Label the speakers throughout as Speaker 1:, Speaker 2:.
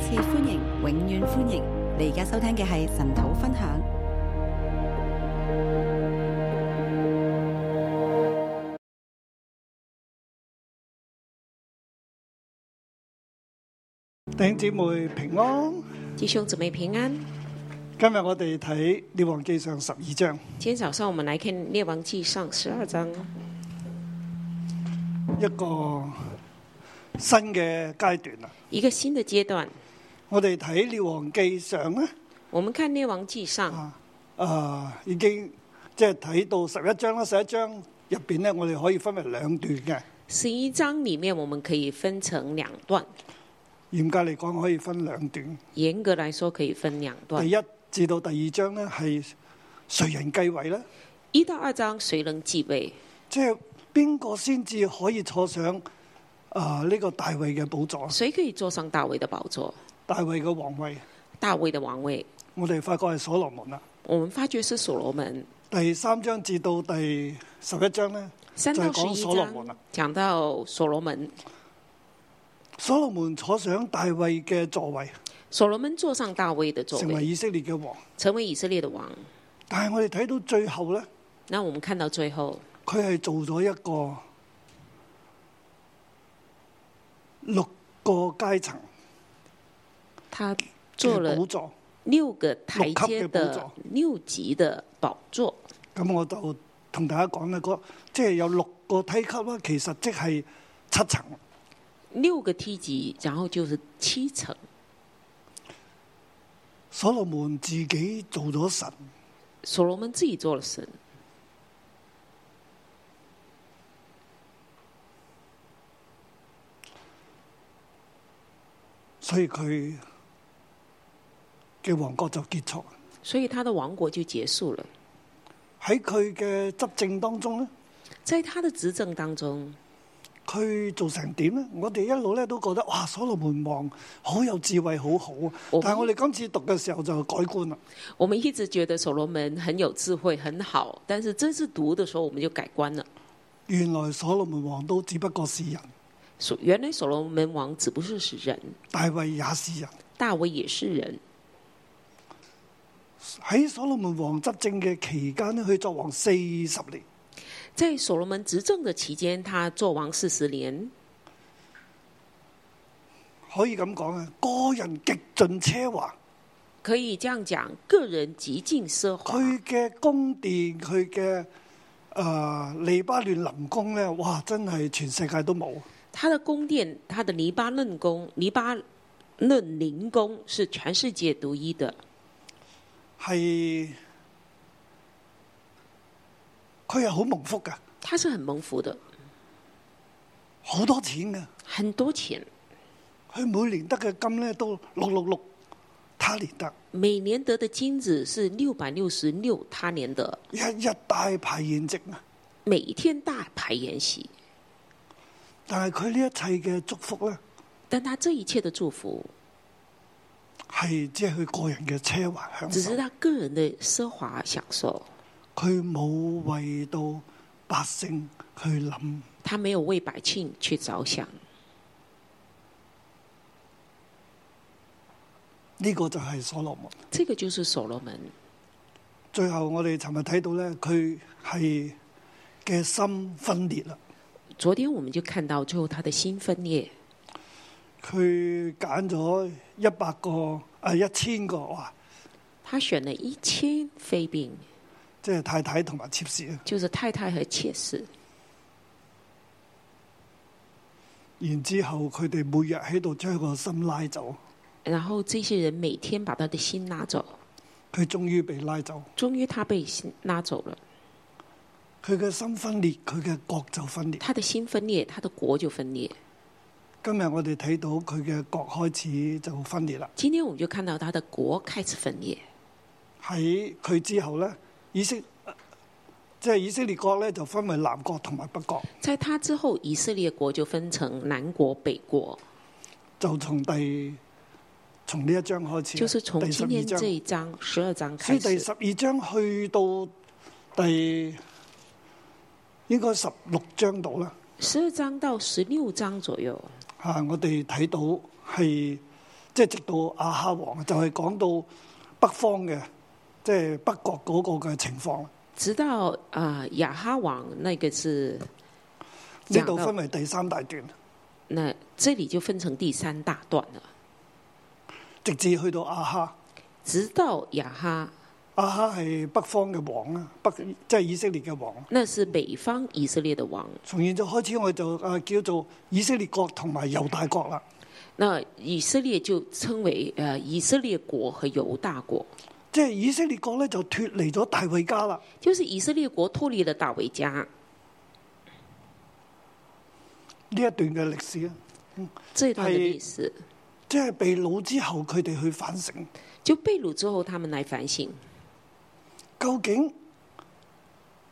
Speaker 1: 次歡迎，永遠歡迎！你而家收聽嘅係神土分享。
Speaker 2: 弟兄姊妹平安，
Speaker 3: 弟兄姊妹平安。
Speaker 2: 今日我哋睇《列王記上》十二章，
Speaker 3: 今天早上我们来看《列王记上》十二章，
Speaker 2: 一個新嘅階段啦。
Speaker 3: 一个新的阶段。
Speaker 2: 我哋睇《列王記上》咧，
Speaker 3: 我们看《列王记上
Speaker 2: 啊，已經即係睇到十一章啦。十一章入边咧，我哋可以分為兩段嘅。》
Speaker 3: 十一章里面，我们可以分成两段，
Speaker 2: 嚴格嚟講，可以分兩段。
Speaker 3: 严格来说可以分两段
Speaker 2: 第。一至到第二章咧，係誰人繼位咧？
Speaker 3: 一到二章谁能继位？
Speaker 2: 即係邊個先至可以坐上啊呢、個大衛嘅寶座，
Speaker 3: 谁可以坐上大卫的宝座？
Speaker 2: 大衛嘅皇位？
Speaker 3: 大卫的王位，
Speaker 2: 我哋發覺係所羅門啦。
Speaker 3: 我们发觉是所罗门。
Speaker 2: 第三章至到第十一章呢，就
Speaker 3: 三
Speaker 2: 係
Speaker 3: 到十
Speaker 2: 講
Speaker 3: 一
Speaker 2: 所羅門啦
Speaker 3: 章。讲到所罗门，
Speaker 2: 所羅門坐上大衛嘅座位，
Speaker 3: 所罗门坐上大卫的座
Speaker 2: 成為
Speaker 3: 位，
Speaker 2: 以色列嘅王。
Speaker 3: 成为以色列的王。
Speaker 2: 但係我哋睇到最後呢，
Speaker 3: 那我们看到最后，
Speaker 2: 佢係做咗一個六個階層
Speaker 3: 他做
Speaker 2: 嘅
Speaker 3: 了
Speaker 2: 寶座。
Speaker 3: 六个台阶
Speaker 2: 六级嘅宝
Speaker 3: 的
Speaker 2: 座
Speaker 3: 六级的宝座。
Speaker 2: 咁我就同大家講咧，嗰即係有六個梯級啦，其實即係七層。
Speaker 3: 六个梯级，然后就是七层。
Speaker 2: 所羅門自己做咗神，
Speaker 3: 所罗门自己做了神，
Speaker 2: 所以佢嘅王國就結束。
Speaker 3: 所以他的王国就结束了。
Speaker 2: 喺佢嘅執政當中咧，
Speaker 3: 在他的执政当中，
Speaker 2: 佢做成點咧？我哋一路咧都覺得哇，所羅門王好有智慧，好好啊！
Speaker 3: 我
Speaker 2: 但係我哋今次讀嘅時候就改觀啦。
Speaker 3: 我们一直觉得所罗门很有智慧，很好，但是真是读的时候，我们就改观了。
Speaker 2: 原來所羅門王都只不過是人，
Speaker 3: 所原来所罗门王只不过是人，
Speaker 2: 大衛也是人。
Speaker 3: 大卫也是人。
Speaker 2: 喺所羅門王執政嘅期間咧，佢作王四十年，
Speaker 3: 在所罗门执政的期间，他做王四十年，
Speaker 2: 可以咁講啊，個人極盡奢華。
Speaker 3: 可以这样讲，个人极尽奢华。
Speaker 2: 佢嘅宮殿，佢嘅誒利巴嫩林宮咧，哇！真係全世界都冇。
Speaker 3: 他的宫殿，他的黎巴嫩宫、黎巴嫩林宫是全世界独一的。
Speaker 2: 係佢係好蒙福噶，
Speaker 3: 他是很蒙福的，
Speaker 2: 好多錢噶。
Speaker 3: 很多钱，
Speaker 2: 佢每年得嘅金咧都六六六，他年得
Speaker 3: 每年得的金子是六百六十六他年的，
Speaker 2: 日日大排筵席啊！
Speaker 3: 每一天大排筵席。
Speaker 2: 但係佢呢一切嘅祝福咧，
Speaker 3: 但他这一切的祝福，
Speaker 2: 係即係佢個人嘅奢華享
Speaker 3: 只是
Speaker 2: 受，
Speaker 3: 他个人的奢华享受，
Speaker 2: 佢冇為到百姓去諗。
Speaker 3: 他没有为百姓去着想。
Speaker 2: 呢、個就係所羅門。
Speaker 3: 这个就是所罗门。
Speaker 2: 最後我哋尋日睇到咧，佢係嘅心分裂啦。
Speaker 3: 昨天我们就看到，最后他的心分裂，
Speaker 2: 佢揀咗一百個啊一千個哇，
Speaker 3: 他选了一千妃嫔，
Speaker 2: 即係太太同埋妾侍啊。
Speaker 3: 就是太太和妾室。
Speaker 2: 然之後佢哋每日喺度將個心拉走，
Speaker 3: 然后这些人每天把他的心拉走，
Speaker 2: 佢終於被拉走。
Speaker 3: 终于他被心拉走了，
Speaker 2: 佢嘅心分裂，佢嘅國就分裂。
Speaker 3: 他的心分裂，他的国就分裂。
Speaker 2: 今日我哋睇到佢嘅國開始就分裂啦。
Speaker 3: 今天我们就看到他的国开始分裂，
Speaker 2: 喺佢之後呢，以色即係以色列國呢，就分為南國同埋北國，
Speaker 3: 在他之后，以色列国就分成南国、北国，
Speaker 2: 就從第從呢一章開始啦，
Speaker 3: 就是从
Speaker 2: 第十
Speaker 3: 今
Speaker 2: 二
Speaker 3: 天
Speaker 2: 章
Speaker 3: 这。一章十二
Speaker 2: 所
Speaker 3: 章开
Speaker 2: 以第
Speaker 3: 始，
Speaker 2: 十二章去到第應該十六章度啦，啊
Speaker 3: 十二章到十六章左右，
Speaker 2: 嚇、我哋睇到係即即係直到亞哈王就係講到北方嘅，即係北國嗰個嘅情況。
Speaker 3: 直到啊、雅哈王那个是
Speaker 2: 呢度
Speaker 3: 講到
Speaker 2: 分為第三大段，
Speaker 3: 那这里就分成第三大段了，
Speaker 2: 直至去到亞哈。
Speaker 3: 直到雅哈，
Speaker 2: 亞哈係北方嘅王啦，北即係以色列嘅王。
Speaker 3: 那是北方以色列的王。
Speaker 2: 從現在開始，我就啊叫做以色列國同埋猶大國啦。
Speaker 3: 那以色列就称为呃以色列国和犹大国，
Speaker 2: 即係以色列國咧就脱離咗大衛家啦，
Speaker 3: 就是以色列国脱离了大卫家
Speaker 2: 呢一段嘅歷史啊，
Speaker 3: 这段
Speaker 2: 係
Speaker 3: 的历史。
Speaker 2: 即係被掳之後，佢哋去反省，
Speaker 3: 就被掳之后，他们来反省，
Speaker 2: 究竟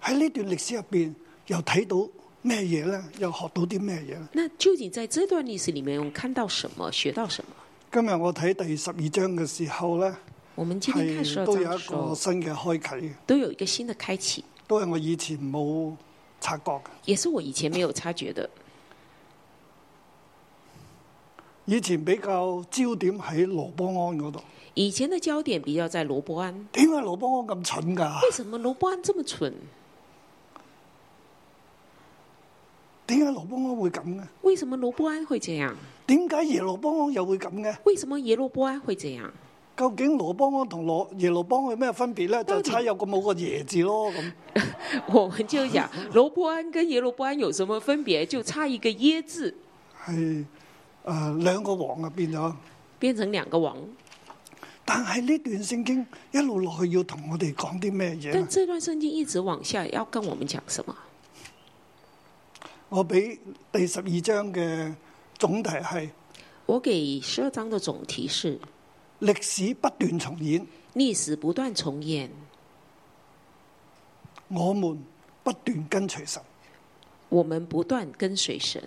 Speaker 2: 喺呢段歷史入邊又睇到咩嘢咧？又學到啲咩嘢咧？
Speaker 3: 那究竟在这段历史里面，我们看到什么，学到什么？
Speaker 2: 今日我睇第十二章嘅時候咧，
Speaker 3: 我们今天看十
Speaker 2: 係
Speaker 3: 二
Speaker 2: 都
Speaker 3: 章
Speaker 2: 有
Speaker 3: 的
Speaker 2: 一
Speaker 3: 时
Speaker 2: 個
Speaker 3: 候，
Speaker 2: 新嘅開啟嘅，
Speaker 3: 都有一个新的开启，
Speaker 2: 都係我以前冇察覺嘅。
Speaker 3: 也是我以前没有察觉的。
Speaker 2: 以前比較焦點喺羅波安嗰度，
Speaker 3: 以前的焦点比较在罗伯安，
Speaker 2: 點解羅波安咁蠢㗎？
Speaker 3: 为什么罗伯安这么蠢？
Speaker 2: 點解羅波安會咁嘅？
Speaker 3: 为什么罗伯安会这样？
Speaker 2: 點解耶羅波安又會咁嘅？
Speaker 3: 为什么耶罗伯安会这样？
Speaker 2: 究竟羅邦安同羅耶羅邦有咩分別咧？就差有個冇個耶字咯咁。
Speaker 3: 我们就讲罗伯安跟耶罗伯安有什么分别？就差一个耶字，
Speaker 2: 係誒兩個王啊變咗，
Speaker 3: 变成两个王。
Speaker 2: 但係呢段聖經一路落去要同我哋講啲咩嘢
Speaker 3: 但
Speaker 2: 呢？
Speaker 3: 这段圣经一直往下要跟我们讲什么？
Speaker 2: 我俾第十二章嘅總題係
Speaker 3: 我给十二章的总提示：
Speaker 2: 歷史不斷重演，
Speaker 3: 历史不断重演，
Speaker 2: 我們不斷跟隨神，
Speaker 3: 我们不断跟随神，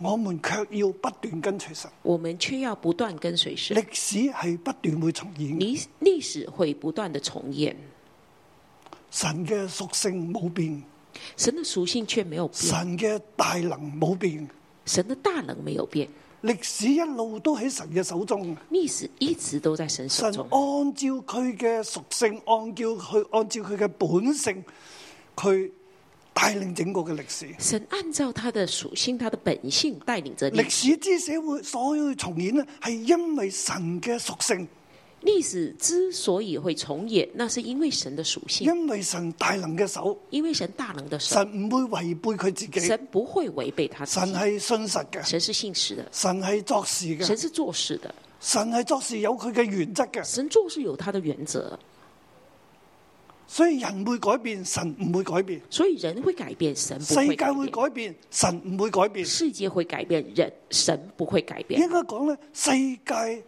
Speaker 2: 我們卻要不斷跟隨神。
Speaker 3: 我们却要不断跟随神。
Speaker 2: 歷史係不斷會重演嘅，
Speaker 3: 历历史会不断的重演，
Speaker 2: 神嘅屬性冇變，
Speaker 3: 神的属性却没有变，
Speaker 2: 神嘅大能冇變，
Speaker 3: 神的大能没有变，
Speaker 2: 歷史一路都喺神嘅手中。
Speaker 3: 历史一直都在神手
Speaker 2: 神哦
Speaker 3: 中。
Speaker 2: 按照佢嘅屬性，按照佢按照佢嘅本性，佢帶領整個嘅歷史。
Speaker 3: 神按照他的属性、他的本性带领着历
Speaker 2: 歷史之社會所有重演呢，係因為神嘅屬性，
Speaker 3: 嗯历史之所以会重演，那是因为神的属性，
Speaker 2: 因為神大能嘅手，
Speaker 3: 因为神大能的手，
Speaker 2: 神唔會違背佢自己，神
Speaker 3: 嗯神不会违背他自己，
Speaker 2: 係信實嘅，
Speaker 3: 神是信实的，
Speaker 2: 神係作事
Speaker 3: 神
Speaker 2: 嘅，
Speaker 3: 是做事的，
Speaker 2: 神係作事有佢嘅原則嘅，
Speaker 3: 神做事有他的原则，
Speaker 2: 所以人會改變，神唔會改變；
Speaker 3: 所以人会改变，神不
Speaker 2: 世
Speaker 3: 会
Speaker 2: 界
Speaker 3: 改
Speaker 2: 會
Speaker 3: 变，
Speaker 2: 改變，神唔會改變。
Speaker 3: 世界会改变，人神不会改变
Speaker 2: 應。該講咧，世界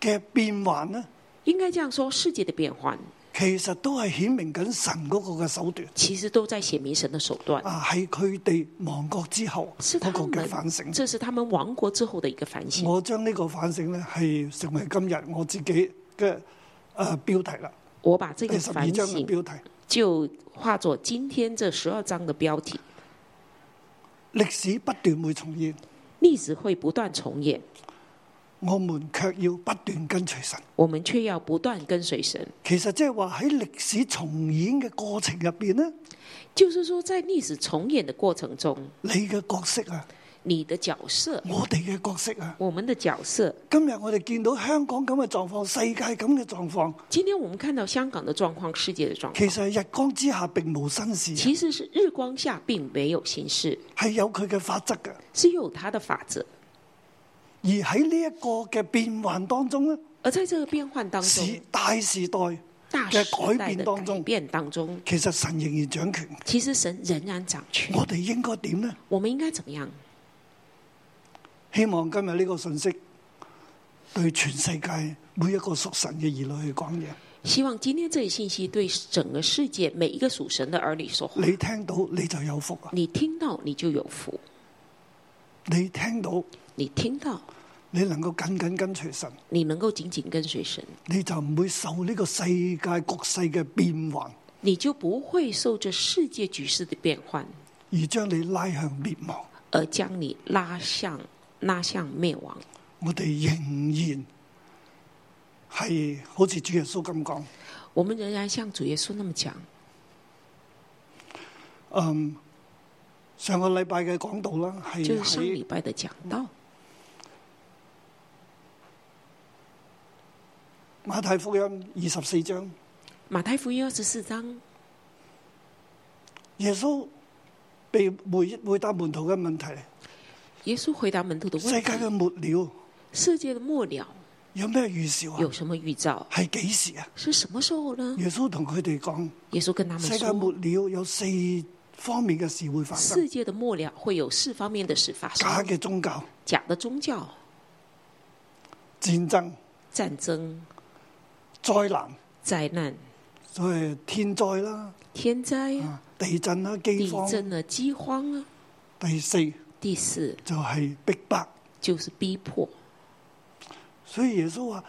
Speaker 2: 嘅變幻呢。
Speaker 3: 应该这样说，世界的变幻
Speaker 2: 其實都係顯明緊神嗰個嘅手段
Speaker 3: 其实都在显明神的手段，
Speaker 2: 啊！喺佢哋亡國之後
Speaker 3: 是
Speaker 2: 嗰
Speaker 3: 他
Speaker 2: 個嘅
Speaker 3: 们
Speaker 2: 反省，
Speaker 3: 这是他们亡国之后的一个反省。
Speaker 2: 我將呢個反省呢係成為今日我自己嘅誒、呃、標題啦，
Speaker 3: 我把这
Speaker 2: 第
Speaker 3: 个
Speaker 2: 十二
Speaker 3: 反
Speaker 2: 章嘅
Speaker 3: 省
Speaker 2: 標題。
Speaker 3: 就化作今天这十二章的标题。
Speaker 2: 歷史不斷會重現，
Speaker 3: 历史会不断重演，
Speaker 2: 我們卻要不斷跟隨神。
Speaker 3: 我们却要不断跟随神。
Speaker 2: 其實即係話喺歷史重演嘅過程入邊呢，
Speaker 3: 就是说，在历史重演的过程中，
Speaker 2: 你嘅角色啊，
Speaker 3: 你的角色，
Speaker 2: 我哋嘅角色啊，
Speaker 3: 我们的角色。
Speaker 2: 今日我哋見到香港咁嘅狀況，世界咁嘅狀況，
Speaker 3: 今天我们看到香港的状况，世界的状
Speaker 2: 其
Speaker 3: 况，
Speaker 2: 實係日光之下並無新事，
Speaker 3: 其实是日光下并没有形式，
Speaker 2: 係有佢嘅法則嘅。
Speaker 3: 是有它的法则。
Speaker 2: 而喺呢一個嘅變幻當中咧，
Speaker 3: 而在这个变幻当
Speaker 2: 時
Speaker 3: 中，
Speaker 2: 大時代
Speaker 3: 大
Speaker 2: 嘅
Speaker 3: 时
Speaker 2: 改
Speaker 3: 代
Speaker 2: 變
Speaker 3: 的
Speaker 2: 當
Speaker 3: 改
Speaker 2: 中，
Speaker 3: 变当中，
Speaker 2: 其實神仍然掌權。
Speaker 3: 其实神仍然掌权。
Speaker 2: 我哋應該點呢？
Speaker 3: 我们应该怎么样？
Speaker 2: 希望今日呢個信息對全世界每一個屬神嘅兒女去講嘢。
Speaker 3: 希望今天这一信息对整个世界每一个属神的儿女说话。
Speaker 2: 你聽到你就有福啊！
Speaker 3: 你听到你就有福，
Speaker 2: 你聽到
Speaker 3: 你听到
Speaker 2: 你能夠緊緊跟隨神，
Speaker 3: 你能够紧紧跟随神，
Speaker 2: 你就唔會受呢個世界局勢嘅變幻
Speaker 3: 你就不会受这世界局势的变幻
Speaker 2: 而將你拉向滅亡。
Speaker 3: 而将你拉向拉向灭亡。
Speaker 2: 我哋仍然係好似主耶穌咁講，
Speaker 3: 我们仍然像主耶稣那么讲。
Speaker 2: 嗯，上個禮拜嘅講道啦，
Speaker 3: 就
Speaker 2: 係
Speaker 3: 是上礼
Speaker 2: 喺
Speaker 3: 拜的讲到
Speaker 2: 馬太福音二十四章，
Speaker 3: 马太福音二十四章，
Speaker 2: 耶穌被回回答門徒嘅問題：
Speaker 3: 耶稣回答门徒的
Speaker 2: 世
Speaker 3: 问
Speaker 2: 界
Speaker 3: 题：
Speaker 2: 嘅末了
Speaker 3: 世界的末了
Speaker 2: 有咩預兆
Speaker 3: 有
Speaker 2: 啊？
Speaker 3: 什么预兆？
Speaker 2: 係幾時啊？
Speaker 3: 是什么时候呢？
Speaker 2: 耶穌同佢哋講，
Speaker 3: 耶稣跟他们
Speaker 2: 世界末
Speaker 3: 说，
Speaker 2: 了有四方面嘅事會發生：
Speaker 3: 世界的末了会有四方面的事发生：
Speaker 2: 假嘅宗教、
Speaker 3: 假的宗教、
Speaker 2: 戰爭、
Speaker 3: 战争、
Speaker 2: 災難，
Speaker 3: 灾难、
Speaker 2: 所謂天災啦、
Speaker 3: 天灾、
Speaker 2: 啊地震啦、
Speaker 3: 地
Speaker 2: 饑荒。
Speaker 3: 震啊、饥荒啊。
Speaker 2: 第四
Speaker 3: 第四
Speaker 2: 就係逼迫，
Speaker 3: 就是逼迫，
Speaker 2: 所以耶穌話：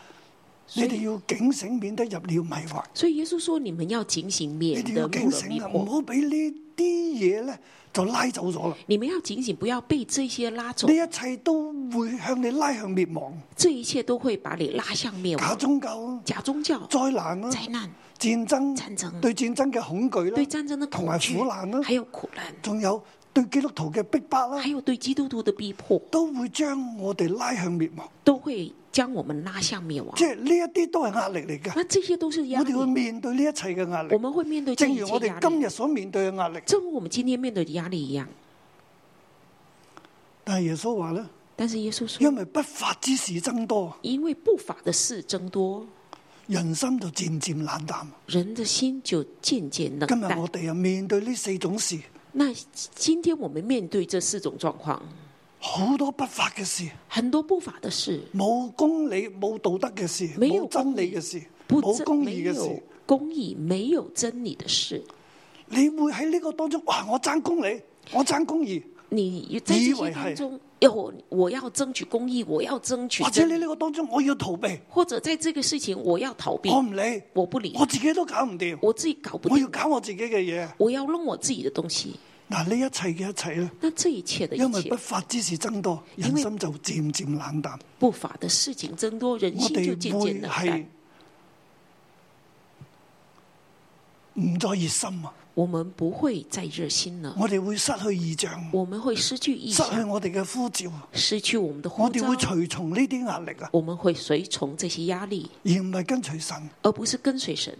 Speaker 2: 你
Speaker 3: 所以
Speaker 2: 哋要警醒，免得入了迷惑。
Speaker 3: 所以耶稣说：你们要警醒，
Speaker 2: 你
Speaker 3: 免
Speaker 2: 哋
Speaker 3: 得
Speaker 2: 要
Speaker 3: 入
Speaker 2: 警
Speaker 3: 了迷
Speaker 2: 醒啊，唔
Speaker 3: 惑。
Speaker 2: 好俾呢啲嘢咧就拉走咗啦。
Speaker 3: 你们要警醒，不要被这些拉走
Speaker 2: 呢，一切都會向你拉向滅亡，
Speaker 3: 这一切都会把你拉向灭
Speaker 2: 假
Speaker 3: 亡。
Speaker 2: 宗教啊、
Speaker 3: 假宗教、
Speaker 2: 災難啊、
Speaker 3: 灾難、
Speaker 2: 戰爭、
Speaker 3: 战争、啊
Speaker 2: 對戰爭嘅恐懼啦，
Speaker 3: 对战争的
Speaker 2: 同
Speaker 3: 恐
Speaker 2: 埋
Speaker 3: 惧
Speaker 2: 苦啊難啦，
Speaker 3: 还有苦难，
Speaker 2: 仲有對基督徒嘅逼迫啦
Speaker 3: 还，有对基督徒的逼迫，
Speaker 2: 都會將我哋拉向滅亡。
Speaker 3: 都会将我们拉向灭亡
Speaker 2: 即。係呢一啲都係壓力嚟㗎。
Speaker 3: 那这些都是压
Speaker 2: 我
Speaker 3: 力
Speaker 2: 哋，會面對呢一切嘅壓
Speaker 3: 我
Speaker 2: 力，
Speaker 3: 们会面对这
Speaker 2: 正
Speaker 3: 一
Speaker 2: 如
Speaker 3: 切
Speaker 2: 我
Speaker 3: 压
Speaker 2: 哋今
Speaker 3: 力，
Speaker 2: 日所面對嘅壓力。
Speaker 3: 正如我们今天面对的压力一样。
Speaker 2: 但係耶穌話咧，
Speaker 3: 但是耶稣说
Speaker 2: 因，為不法之事增多，
Speaker 3: 因为不法的事增多，
Speaker 2: 人心就漸漸冷淡。
Speaker 3: 人的心就渐渐冷
Speaker 2: 今日
Speaker 3: 淡
Speaker 2: 我。哋啊面對呢四種事，
Speaker 3: 那今天我们面对这四种状况，
Speaker 2: 好多不法嘅事，
Speaker 3: 很多不法的事，
Speaker 2: 冇公理、冇道德嘅事，
Speaker 3: 沒有
Speaker 2: 冇真理嘅事，
Speaker 3: 不
Speaker 2: 冇
Speaker 3: 真
Speaker 2: 公
Speaker 3: 没
Speaker 2: 義嘅
Speaker 3: 有
Speaker 2: 事。
Speaker 3: 公义，没有真理的事，
Speaker 2: 你會喺呢個當中，哇！我爭公理，我爭公義，
Speaker 3: 你在
Speaker 2: 以
Speaker 3: 这
Speaker 2: 为
Speaker 3: 些当
Speaker 2: 是
Speaker 3: 中，要我我要争取公义，我要争取
Speaker 2: 或者
Speaker 3: 真
Speaker 2: 你
Speaker 3: 理，
Speaker 2: 呢個當中，我要逃避，
Speaker 3: 或者在这个事情我要逃避，
Speaker 2: 我唔理，
Speaker 3: 我不理，
Speaker 2: 我自己都搞唔掂，
Speaker 3: 我自己搞不
Speaker 2: 我要
Speaker 3: 定，
Speaker 2: 搞我自己嘅嘢。
Speaker 3: 我要弄我自己的东西。
Speaker 2: 嗱，呢一切嘅一切咧，
Speaker 3: 那这一切的
Speaker 2: 因
Speaker 3: 一
Speaker 2: 為
Speaker 3: 切
Speaker 2: 不法之事增多，人
Speaker 3: 因為
Speaker 2: 心就漸漸冷淡。
Speaker 3: 不法的事情增多，人
Speaker 2: 我
Speaker 3: 心
Speaker 2: 哋
Speaker 3: 就渐渐
Speaker 2: 會
Speaker 3: 冷淡
Speaker 2: 係。唔再熱心啊！
Speaker 3: 我们不会再热心了，
Speaker 2: 我哋會失去意象，
Speaker 3: 我们会失去意
Speaker 2: 哦失去
Speaker 3: 向，
Speaker 2: 我哋嘅呼召，
Speaker 3: 失去我们的
Speaker 2: 我
Speaker 3: 呼
Speaker 2: 哋
Speaker 3: 召
Speaker 2: 會。隨從呢啲壓力啊，
Speaker 3: 我们会随从这些压力，
Speaker 2: 而唔係跟隨神。
Speaker 3: 而不是跟随神。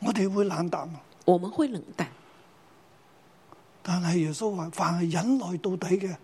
Speaker 2: 我哋會冷淡啊，
Speaker 3: 我们会冷淡，
Speaker 2: 但係耶穌話：凡係忍耐到底嘅，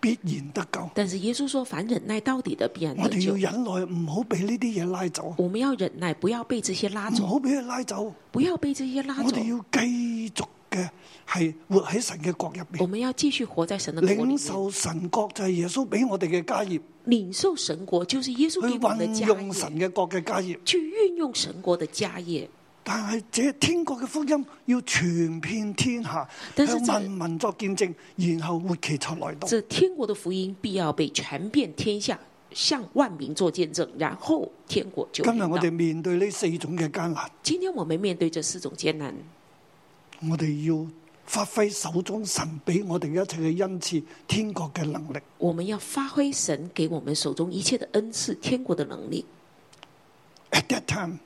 Speaker 2: 必然得救。
Speaker 3: 但是耶稣说，凡忍耐到底的，必然
Speaker 2: 我
Speaker 3: 得
Speaker 2: 哋要
Speaker 3: 救。
Speaker 2: 忍耐，唔好俾呢啲嘢拉走，啊
Speaker 3: 我们要忍耐，不要被这些拉
Speaker 2: 唔
Speaker 3: 走，
Speaker 2: 好俾佢拉走。
Speaker 3: 不要被这些拉
Speaker 2: 嗯我
Speaker 3: 走
Speaker 2: 哋。要繼續嘅係活喺神嘅國入
Speaker 3: 我
Speaker 2: 邊，
Speaker 3: 们要继续活在神的国里
Speaker 2: 領
Speaker 3: 面，
Speaker 2: 受神國就係耶穌俾我哋嘅家業。
Speaker 3: 领受神国，就是耶稣
Speaker 2: 去
Speaker 3: 给我们的
Speaker 2: 運
Speaker 3: 家
Speaker 2: 用神
Speaker 3: 业，
Speaker 2: 嘅國嘅家業，
Speaker 3: 去运用神国的家业。
Speaker 2: 但係這天國嘅福音要傳遍天下，
Speaker 3: 但是
Speaker 2: 向
Speaker 3: 這
Speaker 2: 萬民作見證，然後活期才來到。
Speaker 3: 这天国的福音必要被传遍天下，向万民做见证，然后天国就
Speaker 2: 今日
Speaker 3: 临
Speaker 2: 我
Speaker 3: 到
Speaker 2: 哋面對呢四種嘅艱難，
Speaker 3: 今天我们面对这四种艰难，
Speaker 2: 我哋要發揮手中神俾我哋一切嘅恩賜、天國嘅能力，
Speaker 3: 我们要发挥神给我们手中一切的恩赐、天国的能力。
Speaker 2: At that time，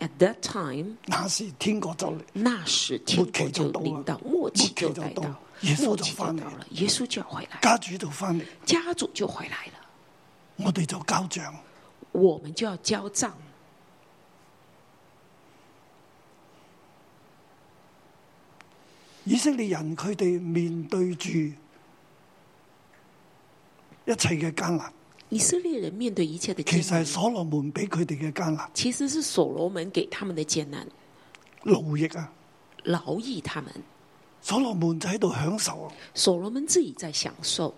Speaker 3: At that time，
Speaker 2: 那時天國就嚟，
Speaker 3: 那时天国就临到，末期就来
Speaker 2: 末
Speaker 3: 到，
Speaker 2: 期就到
Speaker 3: 末期就
Speaker 2: 耶稣就
Speaker 3: 到
Speaker 2: 翻
Speaker 3: 了，耶稣就要回来，
Speaker 2: 家主就翻嚟，
Speaker 3: 家主就回来了，
Speaker 2: 我哋就交帳。
Speaker 3: 我们就要交账。
Speaker 2: 以色列人佢哋面對住一切嘅艱難，
Speaker 3: 以色列人面对一切的艰
Speaker 2: 其實係
Speaker 3: 难，
Speaker 2: 所羅門俾佢哋嘅艱難。
Speaker 3: 其实是所罗门给他们的艰难，
Speaker 2: 奴役啊！
Speaker 3: 劳役他们。
Speaker 2: 所羅門就喺度享受啊，
Speaker 3: 所罗门自己在享受，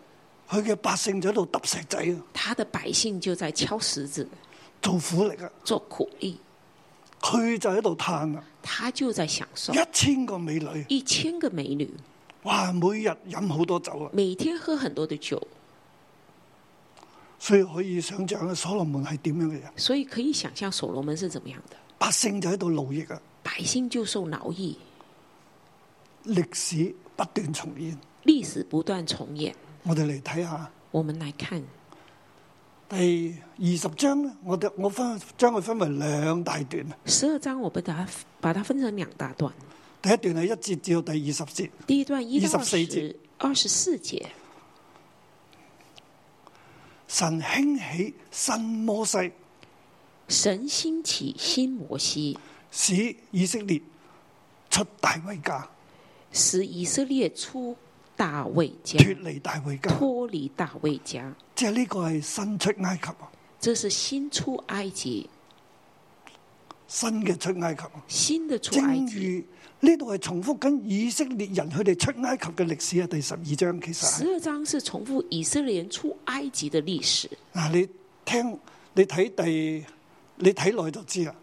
Speaker 2: 佢嘅百姓就喺度揼石仔啊，
Speaker 3: 他的百姓就在敲石子
Speaker 2: 做苦力啊，
Speaker 3: 做苦力，
Speaker 2: 佢就喺度嘆啊，
Speaker 3: 他就在享受。
Speaker 2: 一千個美女，
Speaker 3: 一千个美女，
Speaker 2: 哇，每日飲好多酒啊，
Speaker 3: 每天喝很多的酒，
Speaker 2: 所以可以想象啊，所羅門係點樣嘅人，
Speaker 3: 所以可以想象所罗门是怎么样的。
Speaker 2: 百姓就喺度奴役啊，
Speaker 3: 百姓就受劳役，
Speaker 2: 歷史不斷重演。
Speaker 3: 历史不断重演。
Speaker 2: 我哋嚟睇下
Speaker 3: 我们来看
Speaker 2: 第二十章咧，我哋我分將佢分為兩大段。啊
Speaker 3: 十二章我们把它把它分成两大段，
Speaker 2: 第一段係一節至到第二十節，
Speaker 3: 第一段一到
Speaker 2: 24节
Speaker 3: 十二十四节，
Speaker 2: 神興起新摩西，
Speaker 3: 神兴起新摩西，
Speaker 2: 使以色列出大威家，
Speaker 3: 使以色列出大卫家，
Speaker 2: 脱離大威家。
Speaker 3: 脱离大卫家，
Speaker 2: 即係呢個係新出埃及，啊，
Speaker 3: 这是新出埃及，
Speaker 2: 新嘅出埃及啊。
Speaker 3: 新的出埃
Speaker 2: 正
Speaker 3: 及。
Speaker 2: 如呢度係重複緊以色列人佢哋出埃及嘅歷史啊，第十二章其實係
Speaker 3: 十二章是重复以色列人出埃及的历史。
Speaker 2: 嗱，你聽你睇第你睇耐就知啦。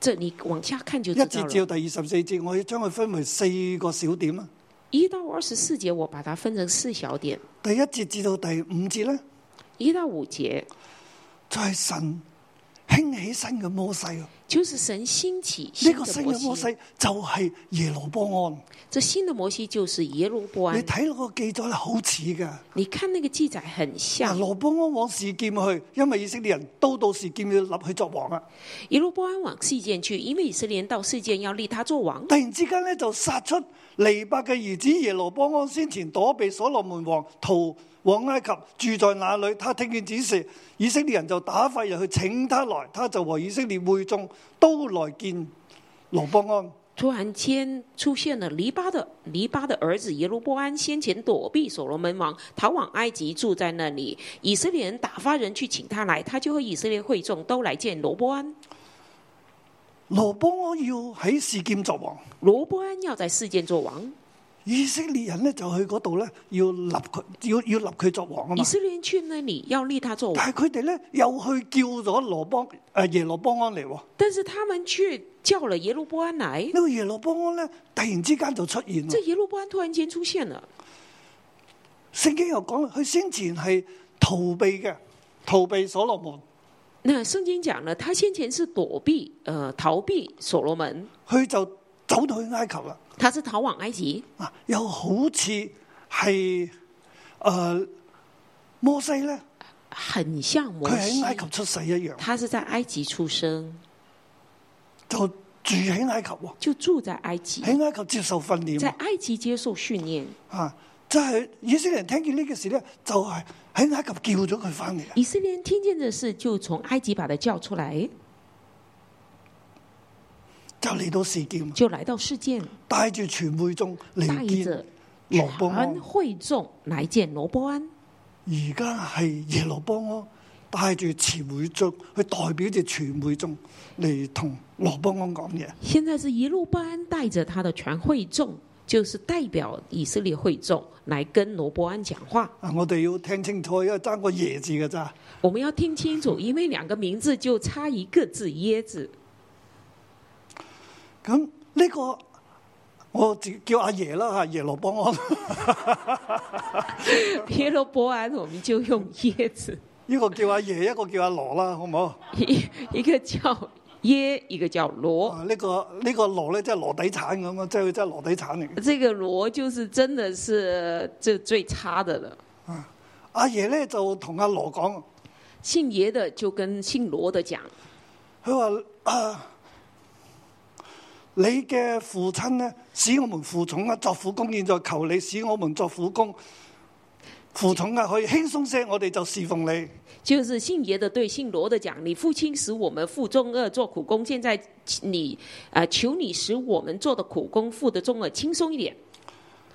Speaker 3: 这你往下看就
Speaker 2: 一
Speaker 3: 知道
Speaker 2: 節至
Speaker 3: 了。
Speaker 2: 到第二十四節，我要將佢分為四個小點啊。
Speaker 3: 一到二十四节，我把它分成四小点。
Speaker 2: 第一節至到第五節咧，
Speaker 3: 一到五节
Speaker 2: 就係神興起新嘅摩西啊！
Speaker 3: 就是神兴起
Speaker 2: 呢
Speaker 3: 新
Speaker 2: 個
Speaker 3: 的
Speaker 2: 新嘅摩
Speaker 3: 摩西，
Speaker 2: 西就係耶羅波安。
Speaker 3: 这新的摩西就是耶罗波
Speaker 2: 你
Speaker 3: 安。
Speaker 2: 睇嗰個記載咧，好似㗎。
Speaker 3: 你看那个记载很
Speaker 2: 嗱，
Speaker 3: 像
Speaker 2: 羅波安往事劍去，因為以色列人都到事劍要立佢作王啊！
Speaker 3: 耶罗波安往事件去，因为以色列人到事件要立他做王，
Speaker 2: 突然之間咧就殺出尼伯嘅兒子耶羅波安，先前躲避所羅門王，逃往埃及，住在那裏。他聽見指示，以色列人就打發人去請他來，他就和以色列會眾都來見羅波安。
Speaker 3: 突然间出现了黎巴的黎巴的儿子耶罗波安，先前躲避所罗门王，逃往埃及，住在那里。以色列人打发人去请他来，他就和以色列会众都来见罗波安。
Speaker 2: 羅波安要喺事劍作王，
Speaker 3: 罗波安要在事件做王，
Speaker 2: 以色列人咧就去嗰度咧要立佢，要要立佢作王啊嘛
Speaker 3: 以。色列人去那里要立他做王，
Speaker 2: 但係佢哋咧又去叫咗羅波誒、耶羅波安嚟喎，呢、
Speaker 3: 但是他们却叫了耶罗波安来。
Speaker 2: 個耶羅波安咧突然之間就出現喎
Speaker 3: 这。耶罗波安突然间出现了，
Speaker 2: 聖經又講啦，佢先前係逃避嘅，逃避所羅門，
Speaker 3: 那圣经讲了，他先前是躲避呃逃避所罗门，
Speaker 2: 佢就走到去埃及啦。
Speaker 3: 他是逃往埃及，
Speaker 2: 啊，又好似係誒摩西咧，
Speaker 3: 很像摩
Speaker 2: 佢
Speaker 3: 西
Speaker 2: 喺。埃及出世一樣，
Speaker 3: 他是在埃及出生，
Speaker 2: 就住喺埃及喎，
Speaker 3: 就住在埃及，
Speaker 2: 喺埃及接受訓練
Speaker 3: 在
Speaker 2: 喎
Speaker 3: 埃及接受训练。
Speaker 2: 啊。即係以色列人聽見呢件事咧，就係喺埃及叫咗佢翻嚟啊。
Speaker 3: 以色列人听见这事，就从埃及把他叫出来，
Speaker 2: 就嚟到事件，
Speaker 3: 就来到事件，
Speaker 2: 帶住全會眾
Speaker 3: 带
Speaker 2: 嚟見
Speaker 3: 着
Speaker 2: 羅哎波安
Speaker 3: 全。会众来见罗波安。
Speaker 2: 而家係耶羅波安帶住全會眾，佢代表住全會眾嚟同羅波安講嘢。
Speaker 3: 现在是耶路巴安带着他的全会众，就是代表以色列会众来跟罗波安讲话。
Speaker 2: 啊，我哋要聽清楚，因為爭個耶字嘅咋。
Speaker 3: 我们要听清楚，因为两个名字就差一个字“椰子
Speaker 2: 咁呢、個我自叫阿耶啦嚇，耶羅波安”，
Speaker 3: 耶路波安我们就用“椰子
Speaker 2: 一個叫阿耶，一個叫阿羅啦，好唔好？”，
Speaker 3: 一一个叫耶，一个叫罗。
Speaker 2: 啊，呢、個呢、個羅咧，即係羅底產咁啊，即係佢真係羅底產嚟嘅。
Speaker 3: 这个罗就是真的是这最差的了。
Speaker 2: 阿耶咧就同阿羅講，
Speaker 3: 姓耶的就跟姓罗的讲，
Speaker 2: 佢話啊。你嘅父親呢，使我們負重啊，作苦工。現在求你使我們作苦工，負重啊，可以輕鬆些，我哋就侍奉你。
Speaker 3: 就是姓耶的对姓罗的讲：“你父亲使我们负重恶，做苦工，现在你啊、呃求你使我们做的苦工负的重恶轻松一点，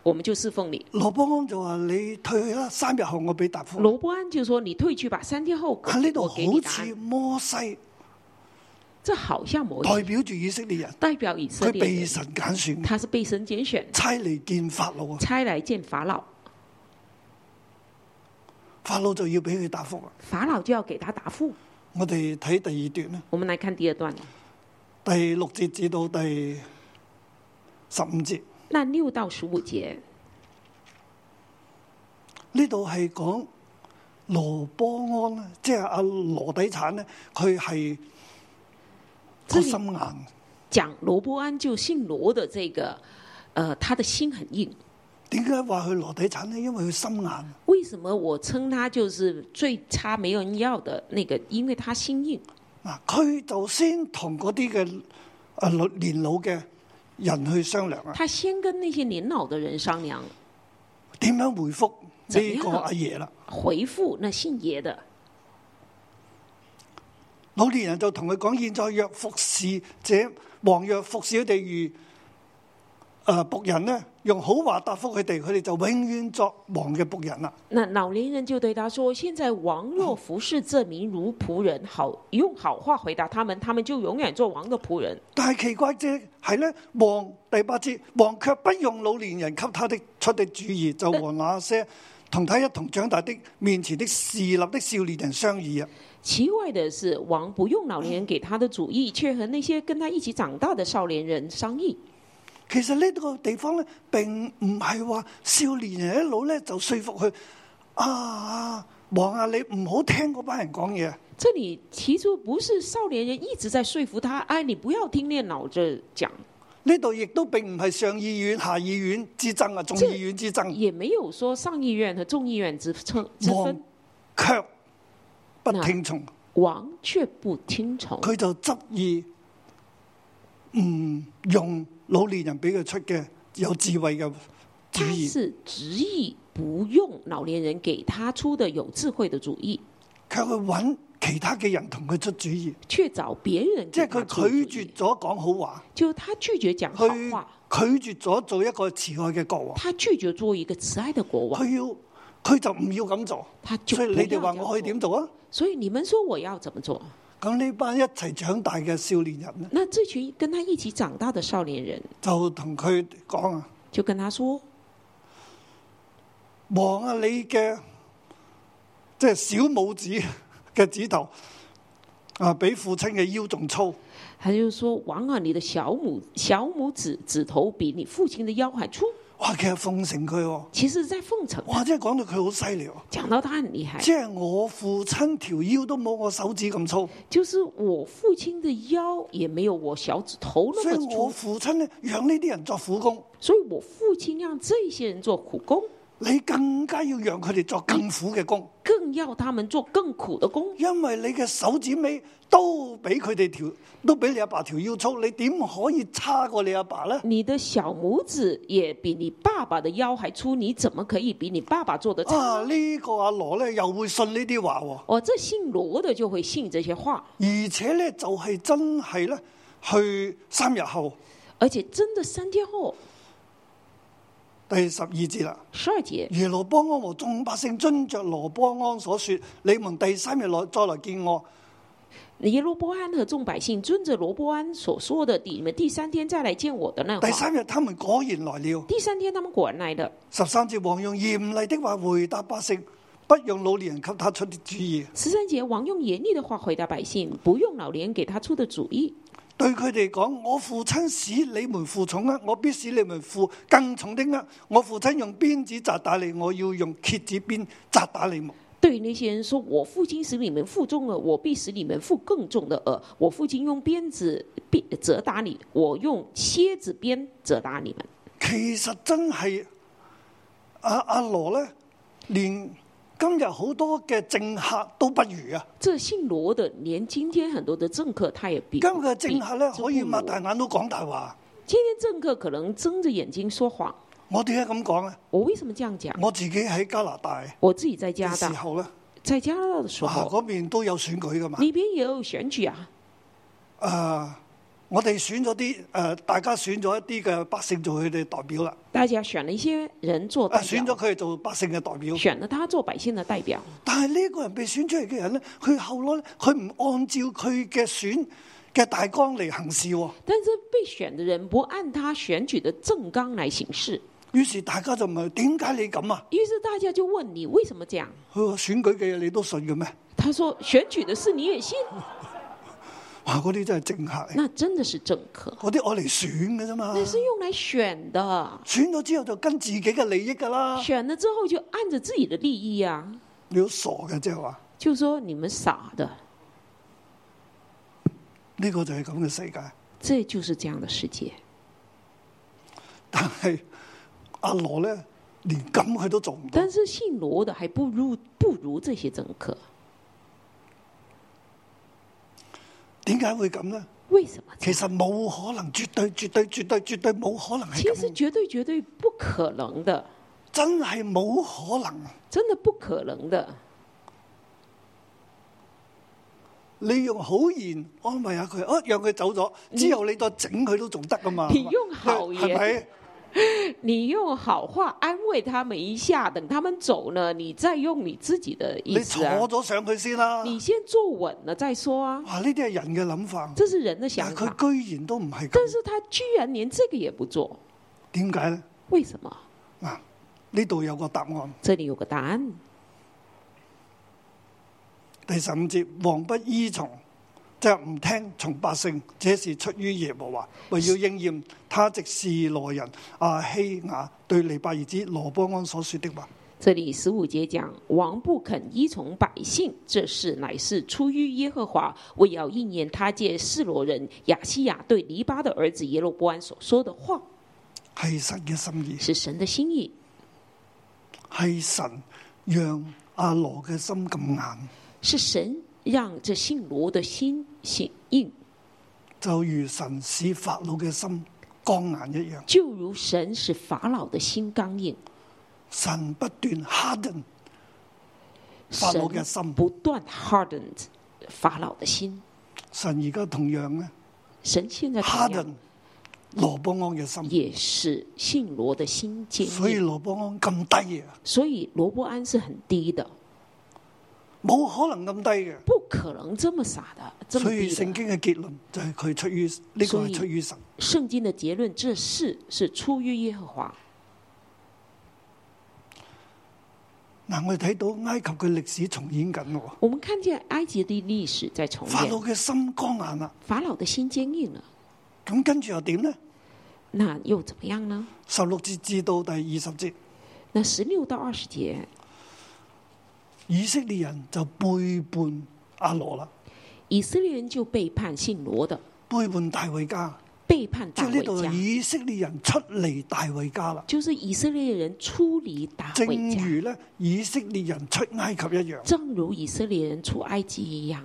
Speaker 3: 我们就侍奉你。
Speaker 2: 羅波安就話：你退去啦，三日後我俾答”覆。
Speaker 3: 罗伯安就说：“你退去吧，三天后
Speaker 2: 喺呢度
Speaker 3: 我
Speaker 2: 啊好
Speaker 3: 给你答
Speaker 2: 似
Speaker 3: 案。
Speaker 2: 摩西”
Speaker 3: 这好像摩西
Speaker 2: 代表住以色列人，
Speaker 3: 代表以色
Speaker 2: 佢
Speaker 3: 列
Speaker 2: 被
Speaker 3: 人，
Speaker 2: 神揀選，
Speaker 3: 他是被神拣选，
Speaker 2: 差嚟見法老啊，
Speaker 3: 差来见法老，
Speaker 2: 法老就要俾佢答覆啊。
Speaker 3: 法老就要给他答复。
Speaker 2: 我哋睇第二段啦，
Speaker 3: 我们来看第二段。
Speaker 2: 第六節至到第十五節。
Speaker 3: 那六到十五节，
Speaker 2: 呢度係講羅波安咧，啊即係阿羅底產咧，佢係
Speaker 3: 這
Speaker 2: 個
Speaker 3: 裡
Speaker 2: 心硬。
Speaker 3: 讲罗伯安就姓罗的这个，呃，他的心很硬。
Speaker 2: 點解話佢羅底產咧？因為佢心硬。
Speaker 3: 为什么我称他就是最差没有人要的那个？因为他心硬，
Speaker 2: 嗱，佢就先同嗰啲嘅诶年老嘅人去商量啊，
Speaker 3: 他先跟那些年老的人商量
Speaker 2: 點樣回覆
Speaker 3: 怎麼樣
Speaker 2: 呢個阿爺啦？
Speaker 3: 回复那姓爷的。
Speaker 2: 老年人就同佢講：現在若服侍者，王若服侍佢哋如诶仆人呢，用好話答覆佢哋，佢哋就永遠作王嘅仆人啦。
Speaker 3: 那老年人就对他说：“现在王若服侍这名如仆人，好用好话回答他们，他们就永远做王的仆人。
Speaker 2: 但係奇怪啫，係呢，王第八節，王卻不用老年人給他的出的主意，就和那些 同他一同長大的面前的侍立的少年人商議啊。
Speaker 3: 奇怪的是，王不用老年人给他的主意，却和那些跟他一起长大的少年人商议。
Speaker 2: 其實呢個地方咧，並唔係話少年人一路咧就說服佢啊，王啊，你唔好聽嗰班人講嘢，
Speaker 3: 这里提出不是少年人一直在说服他，哎，你不要听念老这讲，
Speaker 2: 呢度亦都並唔係上議院、下議院之爭啊，眾議院之爭，
Speaker 3: 也没有说上议院和众议院之称之
Speaker 2: 王
Speaker 3: 分，
Speaker 2: 卻不聽從，
Speaker 3: 王却不听从，
Speaker 2: 佢就執意唔用老年人俾佢出嘅有智慧嘅主
Speaker 3: 他
Speaker 2: 意，
Speaker 3: 是执意不用老年人给他出的有智慧的主意，
Speaker 2: 卻去揾其他嘅人同佢出主意，
Speaker 3: 却找别人
Speaker 2: 即
Speaker 3: 给他
Speaker 2: 係
Speaker 3: 出主
Speaker 2: 佢
Speaker 3: 意，
Speaker 2: 拒絕咗講好話。
Speaker 3: 就他拒绝讲好
Speaker 2: 佢
Speaker 3: 话，
Speaker 2: 拒絕咗做一個慈愛嘅國王，
Speaker 3: 他拒绝做一个慈爱的国王，
Speaker 2: 佢要佢就唔要咁做，
Speaker 3: 他就不
Speaker 2: 所以
Speaker 3: 要
Speaker 2: 你哋話
Speaker 3: 这样
Speaker 2: 我可以
Speaker 3: 做
Speaker 2: 點做啊？
Speaker 3: 所以你们说我要怎么做？
Speaker 2: 咁呢班一齊長大嘅少年人咧，
Speaker 3: 那这群跟他一起长大的少年人
Speaker 2: 就同佢講啊，
Speaker 3: 就跟他说。
Speaker 2: 王啊，你嘅即係小拇指 嘅指頭啊，比父親嘅腰仲粗，
Speaker 3: 他就说：“王啊，你的小拇小拇指指头比你父亲的腰还粗。
Speaker 2: 哇！其實奉承佢喎，”
Speaker 3: 其实，在奉承，
Speaker 2: 哇！真係講到佢好犀利喎，
Speaker 3: 讲到他很厉害，
Speaker 2: 即係我父親條腰都冇我手指咁粗，
Speaker 3: 就是我父亲的腰也没有我小指头那
Speaker 2: 所以
Speaker 3: 么
Speaker 2: 我
Speaker 3: 粗，
Speaker 2: 父親咧讓呢啲人作苦工。
Speaker 3: 所以我父亲让这些人做苦工，
Speaker 2: 你更加要讓佢哋作更苦嘅工，
Speaker 3: 更要他们做更苦的工，
Speaker 2: 因為你嘅手指尾都比佢哋條，都比你阿爸條腰粗，你點可以差過你阿爸呢？
Speaker 3: 你的小拇指也比你爸爸的腰还粗，你怎么可以比你爸爸做的差？
Speaker 2: 啊！呢、個阿羅呢又會信呢啲話喎，
Speaker 3: 哦，这姓罗的就会信这些话，
Speaker 2: 而且呢就係、真係呢，去三日後
Speaker 3: 而且真的三天后，
Speaker 2: 第十二節啦。
Speaker 3: 十二节，
Speaker 2: 耶羅波安和眾百姓遵着羅波安所說，你們第三日來再來見我。
Speaker 3: 耶罗波安和众百姓遵着罗波安所说的，你们第三天再来见我的那话。
Speaker 2: 第三日，他們果然來了。
Speaker 3: 第三天他们果然来了。
Speaker 2: 十三節，王用嚴厲的話回答百姓，不用老年人給他出的主意。
Speaker 3: 十三节，王用严厉的话回答百姓，不用老年人给他出的主意，
Speaker 2: 對佢哋講：我父親使你們負重軛，我必使你們負更重的軛。我父親用鞭子責打你，我要用蝎子鞭責打你們。
Speaker 3: 对于那些人说：“我父亲使你们负重了，我必使你们负更重的軛。我父亲用鞭子鞭责打你，我用蝎子鞭责打你们。
Speaker 2: 其實真係阿阿羅呢，連今日好多嘅政客都不如啊！”
Speaker 3: 这姓罗的，连今天很多的政客他也比
Speaker 2: 今日嘅政客呢，
Speaker 3: 比
Speaker 2: 可以
Speaker 3: 不如
Speaker 2: 擘大眼都講大話。
Speaker 3: 今天政客可能睁着眼睛说谎。
Speaker 2: 我點解咁講呢？
Speaker 3: 我为什么这样讲？
Speaker 2: 我自己喺加拿大
Speaker 3: 我自己在加
Speaker 2: 嘅
Speaker 3: 拿
Speaker 2: 時
Speaker 3: 大，哦
Speaker 2: 候呢，
Speaker 3: 在加拿大的时
Speaker 2: 啊
Speaker 3: 候，
Speaker 2: 嗰邊都有選舉噶嘛。
Speaker 3: 那边也有选举啊。
Speaker 2: 誒、我哋選咗啲誒，大家選咗一啲嘅百姓做佢哋代表啦。
Speaker 3: 大家选了一些人做
Speaker 2: 啊，
Speaker 3: 代
Speaker 2: 選咗
Speaker 3: 表，嗯
Speaker 2: 佢哋做百姓嘅代表。
Speaker 3: 选了他做百姓的代表。
Speaker 2: 但係呢個人被選出嚟嘅人咧，佢後來呢佢唔按照佢嘅選嘅大綱嚟行事喎。
Speaker 3: 但是被选的人不按他选举的政纲来行事，
Speaker 2: 於是大家就問：點解你咁啊？
Speaker 3: 于是大家就问你为什么这样？
Speaker 2: 佢話選舉嘅嘢你都信嘅咩？
Speaker 3: 他说选举的事你也信，
Speaker 2: 哇！嗰啲真係政客嚟，
Speaker 3: 那真的是政客，
Speaker 2: 嗰啲我嚟選嘅啫嘛。
Speaker 3: 那是用来选的，
Speaker 2: 選咗之後就跟自己嘅利益㗎啦。
Speaker 3: 选了之后就按着自己的利益啊，
Speaker 2: 你好傻嘅，即係話
Speaker 3: 就说你们傻的，
Speaker 2: 呢個就係咁嘅世界。
Speaker 3: 这就是这样的世界。
Speaker 2: 但係阿羅咧連咁佢都做唔到。
Speaker 3: 但是姓罗的还不如不如这些政客，
Speaker 2: 點解會咁呢？
Speaker 3: 为什么这
Speaker 2: 其
Speaker 3: 样？
Speaker 2: 實冇可能，絕對、絕對、絕對、絕對冇可能係
Speaker 3: 其实
Speaker 2: 咁，
Speaker 3: 绝对绝对不可能的，
Speaker 2: 真係冇可能。
Speaker 3: 真的不可能的。
Speaker 2: 你用好言安慰下佢，啊，讓佢走咗之後，你再整佢都仲得噶嘛？
Speaker 3: 你用好言
Speaker 2: 係咪？
Speaker 3: 你用好话安慰他们一下，等他们走呢，你再用你自己的意
Speaker 2: 你
Speaker 3: 思
Speaker 2: 坐
Speaker 3: 啊。
Speaker 2: 咗上去先啦。
Speaker 3: 你先坐稳了再说啊，
Speaker 2: 哇！呢啲係人嘅諗法，
Speaker 3: 这是人的
Speaker 2: 但
Speaker 3: 想啊
Speaker 2: 係
Speaker 3: 法。
Speaker 2: 佢居然都唔係
Speaker 3: 但
Speaker 2: 咁，
Speaker 3: 是他居然连这个也不做，
Speaker 2: 點解呢？
Speaker 3: 为什么？
Speaker 2: 嗱，呢度有個答案。
Speaker 3: 这里有个答案。
Speaker 2: 第十五節，王不依從，即係唔聽從百姓，這是出於耶和華，為要應驗他直示羅人阿希雅對利伯兒子羅波安所說的話。
Speaker 3: 这里十五节讲，王不肯依从百姓，这事乃是出于耶和华，为要应验他借示罗人亚西亚对黎巴的儿子耶罗波安所说的话，
Speaker 2: 係神嘅心意，
Speaker 3: 是神的心意，
Speaker 2: 係神讓阿羅嘅心咁硬，
Speaker 3: 是神让这姓罗的心心硬，
Speaker 2: 就如神使法老嘅心剛硬一樣。
Speaker 3: 就如神使法老的心刚硬，
Speaker 2: 神不斷 harden 法老嘅
Speaker 3: 神
Speaker 2: 心，
Speaker 3: 不断 hardened 法老的心，
Speaker 2: 神而家同樣咧
Speaker 3: 神现在同样
Speaker 2: harden 羅波安嘅心，
Speaker 3: 也使姓罗的心坚
Speaker 2: 所以
Speaker 3: 硬，
Speaker 2: 羅波安咁低啊！
Speaker 3: 所以罗伯安是很低的。
Speaker 2: 冇可能咁低嘅。
Speaker 3: 不可能这么傻的，这么
Speaker 2: 所以
Speaker 3: 低
Speaker 2: 聖
Speaker 3: 的。
Speaker 2: 經嘅結論就係佢出於呢、個
Speaker 3: 所以
Speaker 2: 係出於神，
Speaker 3: 圣经的结论，这事是出于耶和华。
Speaker 2: 嗱，我哋睇到埃及嘅歷史重演緊喎，
Speaker 3: 我们看见埃及的历史在重
Speaker 2: 法老
Speaker 3: 演，
Speaker 2: 嘅心剛硬啦。
Speaker 3: 法老的心坚硬了，
Speaker 2: 咁跟住又點呢？
Speaker 3: 那又怎么样呢？
Speaker 2: 十六節至到第二十節，
Speaker 3: 那十六到二十节，
Speaker 2: 以色列人就背叛阿羅啦，
Speaker 3: 以色列人就背叛姓罗的，
Speaker 2: 背叛大衛家，
Speaker 3: 背叛
Speaker 2: 即係
Speaker 3: 大
Speaker 2: 呢
Speaker 3: 卫
Speaker 2: 度
Speaker 3: 家，
Speaker 2: 以色列人出離大衛家啦。
Speaker 3: 就是以色列人出离大
Speaker 2: 正
Speaker 3: 卫家，
Speaker 2: 如咧以色列人出埃及一樣，
Speaker 3: 正如以色列人出埃及一样。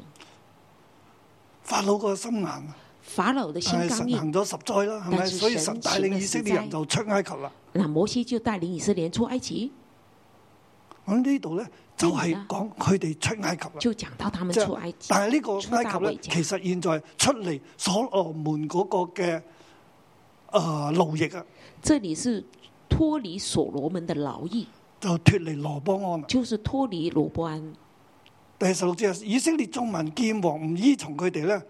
Speaker 2: 法老個心硬，啊
Speaker 3: 法老的心
Speaker 2: 但係
Speaker 3: 刚
Speaker 2: 神
Speaker 3: 硬，
Speaker 2: 行咗十災啦，係咪？
Speaker 3: 但是
Speaker 2: 所以
Speaker 3: 神
Speaker 2: 神帶領以色列人
Speaker 3: 行
Speaker 2: 就出埃及啦。
Speaker 3: 那摩西就带领以色列人出埃及，
Speaker 2: 咁呢度咧就係講佢哋出埃及啦。
Speaker 3: 就讲到他们
Speaker 2: 即係
Speaker 3: 出埃及。
Speaker 2: 但係呢個埃及
Speaker 3: 出大
Speaker 2: 咧
Speaker 3: 衛，家
Speaker 2: 其實現在出嚟所羅門嗰個嘅誒奴役啊，
Speaker 3: 这里是脱离所罗门的劳役，
Speaker 2: 就脱離羅波安啦。啊
Speaker 3: 就是脱离罗伯安。
Speaker 2: 第十六節，以色列眾民見王唔依從佢哋咧，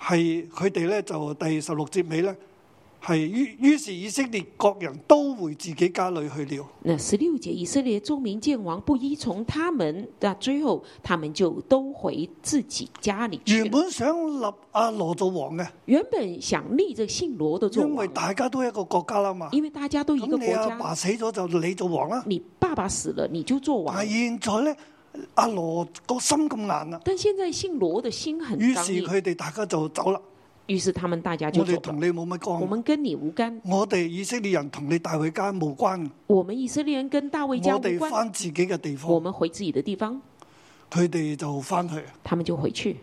Speaker 2: 係佢哋咧就第十六節尾咧係於於是以色列各人都回自己家裏去了。
Speaker 3: 那十六节，以色列众民见王不依从他们，那最后他们就都回自己家里去
Speaker 2: 原
Speaker 3: 了。
Speaker 2: 本想立阿羅做王嘅，
Speaker 3: 原本想立这个姓罗的做
Speaker 2: 因為
Speaker 3: 王，啊
Speaker 2: 大家都一個國家啦嘛。
Speaker 3: 因为大家都一个
Speaker 2: 咁
Speaker 3: 国
Speaker 2: 你阿
Speaker 3: 家，
Speaker 2: 爸死咗就你做王啦。
Speaker 3: 你爸爸死了你就做
Speaker 2: 但
Speaker 3: 王。
Speaker 2: 係現在咧，阿羅個心咁硬啦。
Speaker 3: 但现在姓罗的心很
Speaker 2: 於
Speaker 3: 刚
Speaker 2: 是
Speaker 3: 硬，
Speaker 2: 佢哋大家就走啦。
Speaker 3: 于是他们嗯大家就
Speaker 2: 我
Speaker 3: 走
Speaker 2: 哋
Speaker 3: 了
Speaker 2: 同。你冇乜
Speaker 3: 我
Speaker 2: 干，
Speaker 3: 们跟你无干，
Speaker 2: 我哋以色列人同你大衛家無關。
Speaker 3: 我们以色列人跟大卫家
Speaker 2: 我
Speaker 3: 无
Speaker 2: 哋
Speaker 3: 关，
Speaker 2: 翻自己嘅地
Speaker 3: 我
Speaker 2: 方，
Speaker 3: 们回自己的地方，
Speaker 2: 佢哋就翻去。
Speaker 3: 他们就回去。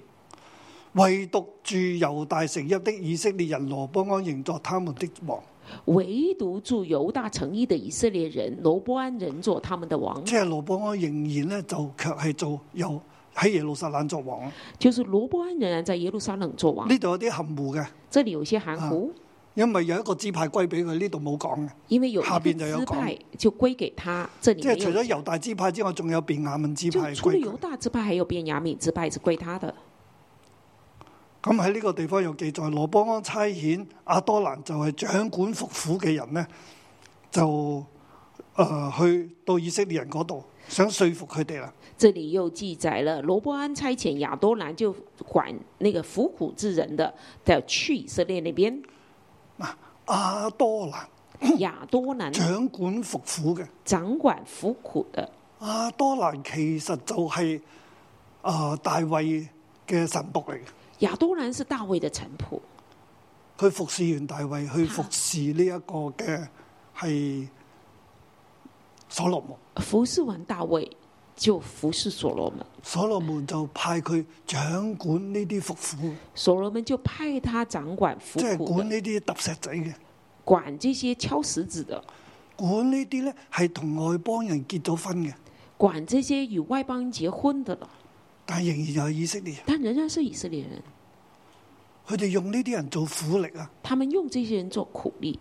Speaker 2: 唯獨住猶大城邑的以色列人羅波安認作他們的王，
Speaker 3: 唯独住犹大城邑的以色列人罗波安人做他们的王，
Speaker 2: 即係羅波安仍然咧就卻係做猶喺耶路撒冷作王。
Speaker 3: 就是罗波安仍然在耶路撒冷做王。
Speaker 2: 呢度有啲含糊嘅，
Speaker 3: 这里有些含糊，
Speaker 2: 因為有一個支派歸俾佢，呢度冇講嘅。
Speaker 3: 因为有一
Speaker 2: 啊下
Speaker 3: 个
Speaker 2: 边就有
Speaker 3: 支
Speaker 2: 讲
Speaker 3: 派就归给他，这里
Speaker 2: 即
Speaker 3: 没
Speaker 2: 係除咗
Speaker 3: 有。
Speaker 2: 猶大支派之外，仲有便雅憫支
Speaker 3: 就
Speaker 2: 派
Speaker 3: 除了
Speaker 2: 歸
Speaker 3: 犹
Speaker 2: 佢。
Speaker 3: 大支派，还有便雅悯支派是归他的。
Speaker 2: 咁喺呢個地方又記載，羅波安差遣阿多蘭就係掌管服苦嘅人呢，就誒、呃去到以色列人嗰度，想說服佢哋啦。
Speaker 3: 这里又记载了罗波安差遣亚多兰就管那个服苦之人的，的去以色列那边。
Speaker 2: 阿多蘭
Speaker 3: 亚多兰
Speaker 2: 掌管服苦嘅，
Speaker 3: 掌管服苦的，
Speaker 2: 阿多蘭其實就係、呃大衛嘅神仆嚟嘅，
Speaker 3: 亚多兰是大卫的臣仆，
Speaker 2: 佢服侍完大衛，去服侍呢一個嘅係所羅門。
Speaker 3: 呃服侍完大卫，就服侍所罗门。
Speaker 2: 所羅門就派佢掌管呢啲服苦，
Speaker 3: 所罗门就派他掌管服
Speaker 2: 即係
Speaker 3: 苦
Speaker 2: 管
Speaker 3: 的，
Speaker 2: 呢啲揼石仔嘅，
Speaker 3: 管这些敲石子的，
Speaker 2: 管呢啲咧係同外邦人結咗婚嘅，
Speaker 3: 管这些与外邦人结婚的了。
Speaker 2: 但係仍然有以色列人，
Speaker 3: 但仍然是以色列人，
Speaker 2: 佢哋用呢啲人做苦力啊。
Speaker 3: 他们用这些人做苦力。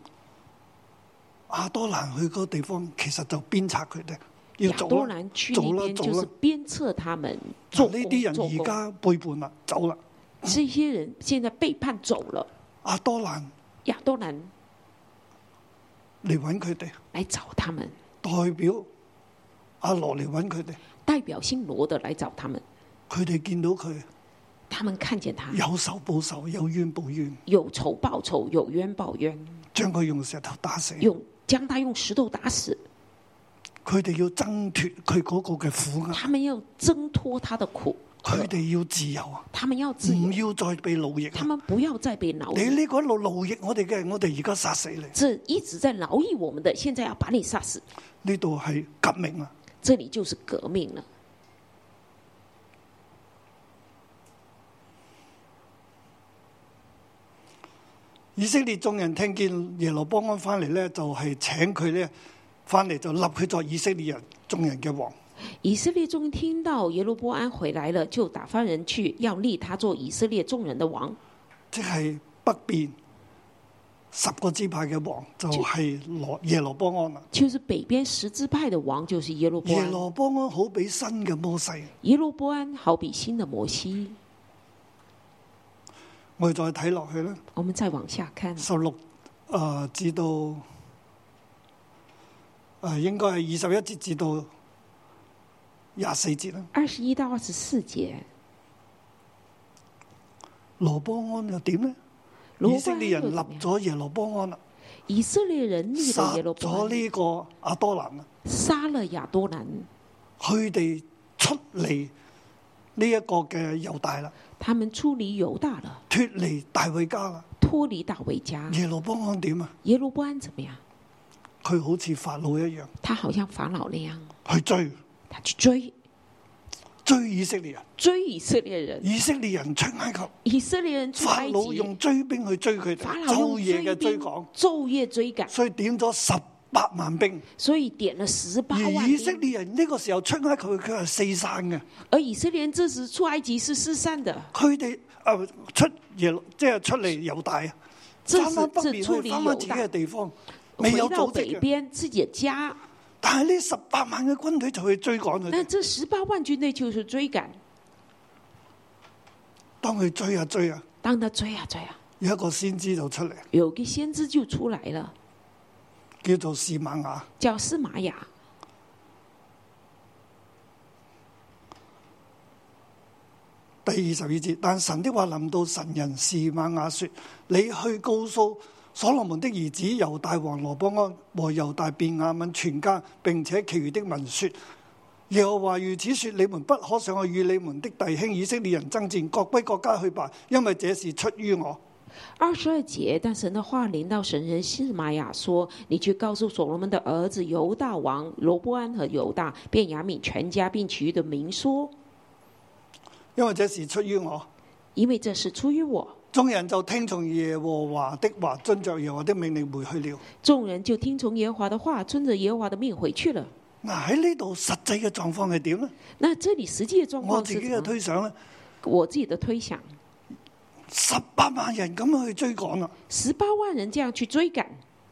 Speaker 2: 亞多蘭去嗰個地方其實就鞭策佢哋，要啊
Speaker 3: 亚
Speaker 2: 走
Speaker 3: 多
Speaker 2: 啦。
Speaker 3: 兰去
Speaker 2: 走了
Speaker 3: 那边
Speaker 2: 走
Speaker 3: 就
Speaker 2: 了
Speaker 3: 是鞭策他们做
Speaker 2: 嗱
Speaker 3: 工
Speaker 2: 呢啲
Speaker 3: 做
Speaker 2: 人而
Speaker 3: 工
Speaker 2: 家背叛啦，走啦。
Speaker 3: 这些人现在背叛走了，
Speaker 2: 亞多蘭
Speaker 3: 亚多兰
Speaker 2: 嚟揾佢哋，
Speaker 3: 来找他们，
Speaker 2: 代表阿羅嚟揾佢哋，
Speaker 3: 代表姓罗的来找他们，
Speaker 2: 佢哋見到佢
Speaker 3: 他们看见他
Speaker 2: 有仇報仇，有冤報冤，
Speaker 3: 有仇报仇，有冤报冤，
Speaker 2: 將佢用石頭打死。
Speaker 3: 用将他用石头打死，
Speaker 2: 佢哋要掙脱佢嗰個嘅苦壓，
Speaker 3: 他们要挣脱他的苦，
Speaker 2: 佢哋要自由啊，
Speaker 3: 他们要自
Speaker 2: 唔
Speaker 3: 由，
Speaker 2: 要再被奴役啊。
Speaker 3: 他们不要再被劳
Speaker 2: 你
Speaker 3: 役。
Speaker 2: 呢個一路奴役我哋嘅，我哋而家殺死你。
Speaker 3: 这一直在劳役我们的，现在要把你杀死，
Speaker 2: 呢度係革命啊！
Speaker 3: 这里就是革命了。
Speaker 2: 以色列眾人聽見耶羅波安翻嚟呢，就係、請佢呢翻嚟就立佢作以色列人眾人嘅王。
Speaker 3: 以色列众听到耶罗波安回来了，就打发人去要立他做以色列众人的王。
Speaker 2: 即係北邊十個支派嘅王就係羅耶羅波安啦。啊
Speaker 3: 就是北边十支派的王就是耶罗波
Speaker 2: 耶
Speaker 3: 安。
Speaker 2: 羅波安好比新嘅摩西，
Speaker 3: 耶罗波安好比新的摩西。
Speaker 2: 我哋再睇落去啦，
Speaker 3: 我们再往下看，啊
Speaker 2: 十六誒至到誒、呃、應該係二十一節至到廿四節啦。
Speaker 3: 二十一到二十四节，
Speaker 2: 羅波安又點呢？
Speaker 3: 羅波
Speaker 2: 以
Speaker 3: 安
Speaker 2: 色列人立咗耶羅波安啦，
Speaker 3: 以色列人立
Speaker 2: 殺
Speaker 3: 了耶罗波
Speaker 2: 咗
Speaker 3: 安，
Speaker 2: 呢個阿多蘭啦，
Speaker 3: 杀了亚多兰，
Speaker 2: 佢哋出嚟呢一個嘅猶大啦，
Speaker 3: 他们出离犹大了，
Speaker 2: 脱離大衛家啦。
Speaker 3: 脱离大卫家。
Speaker 2: 耶路波安點啊？
Speaker 3: 耶罗波安怎么样？
Speaker 2: 佢好似法老一樣
Speaker 3: 他好像法老那样，
Speaker 2: 去追
Speaker 3: 他去追
Speaker 2: 追以色列人，
Speaker 3: 追以色列人，
Speaker 2: 以色列人出埃及，
Speaker 3: 以色列人出
Speaker 2: 法
Speaker 3: 埃
Speaker 2: 老
Speaker 3: 及，
Speaker 2: 用追兵去追佢
Speaker 3: 法
Speaker 2: 哋，
Speaker 3: 老用
Speaker 2: 晝夜
Speaker 3: 追
Speaker 2: 嘅追
Speaker 3: 兵
Speaker 2: 趕，
Speaker 3: 昼夜追赶，
Speaker 2: 所以點咗十八萬兵。
Speaker 3: 所以點了十八
Speaker 2: 而
Speaker 3: 万
Speaker 2: 以色
Speaker 3: 兵。
Speaker 2: 列人呢個時候出埃及，佢係四散嘅，
Speaker 3: 而以色列人这时出埃及是失散的，
Speaker 2: 佢哋誒出耶路即係出嚟猶大啊，
Speaker 3: 這
Speaker 2: 翻返
Speaker 3: 是
Speaker 2: 北
Speaker 3: 這
Speaker 2: 面
Speaker 3: 出
Speaker 2: 去
Speaker 3: 離
Speaker 2: 翻返自己
Speaker 3: 猶大
Speaker 2: 嘅地方，未
Speaker 3: 回
Speaker 2: 有
Speaker 3: 到
Speaker 2: 組
Speaker 3: 北
Speaker 2: 織嘅。
Speaker 3: 边自己的家。
Speaker 2: 但係呢十八萬嘅軍隊就去追趕佢
Speaker 3: 那
Speaker 2: 哋，
Speaker 3: 这十八万军队就是追赶，
Speaker 2: 當佢追啊追啊，
Speaker 3: 当他追啊追啊，
Speaker 2: 有一個先知就出嚟，
Speaker 3: 有个先知就出来了，
Speaker 2: 叫做士瑪雅。
Speaker 3: 叫司马雅。
Speaker 2: 第二十二節，但神的話臨到神人示瑪雅說：你去告訴所羅門的兒子猶大王羅波安和猶大便雅憫全家，並且其餘的民說：耶和華如此說：你們不可上去與你們的弟兄以色列人爭戰，各歸各家去吧，因為這是出於我。
Speaker 3: 二十二节，但神的话临到神人司马雅说：“你去告诉所罗门的儿子犹大王罗波安和犹大便雅悯全家，并其余的民说，
Speaker 2: 因為這是出於我。
Speaker 3: 因为这是出于我。
Speaker 2: 眾人就聽從耶和華的話，遵着耶和華的命令回去了。
Speaker 3: 众人就听从耶和华的话，遵着耶和华的命回去了。
Speaker 2: 嗱喺呢度實際嘅狀況係點呢？
Speaker 3: 那这里实际的状
Speaker 2: 我
Speaker 3: 况
Speaker 2: 自
Speaker 3: 是
Speaker 2: 己嘅
Speaker 3: 怎么样？
Speaker 2: 推想呢，
Speaker 3: 我自己的推想，
Speaker 2: 十八萬人咁樣去追啊趕啦。
Speaker 3: 十八万人这样去追赶，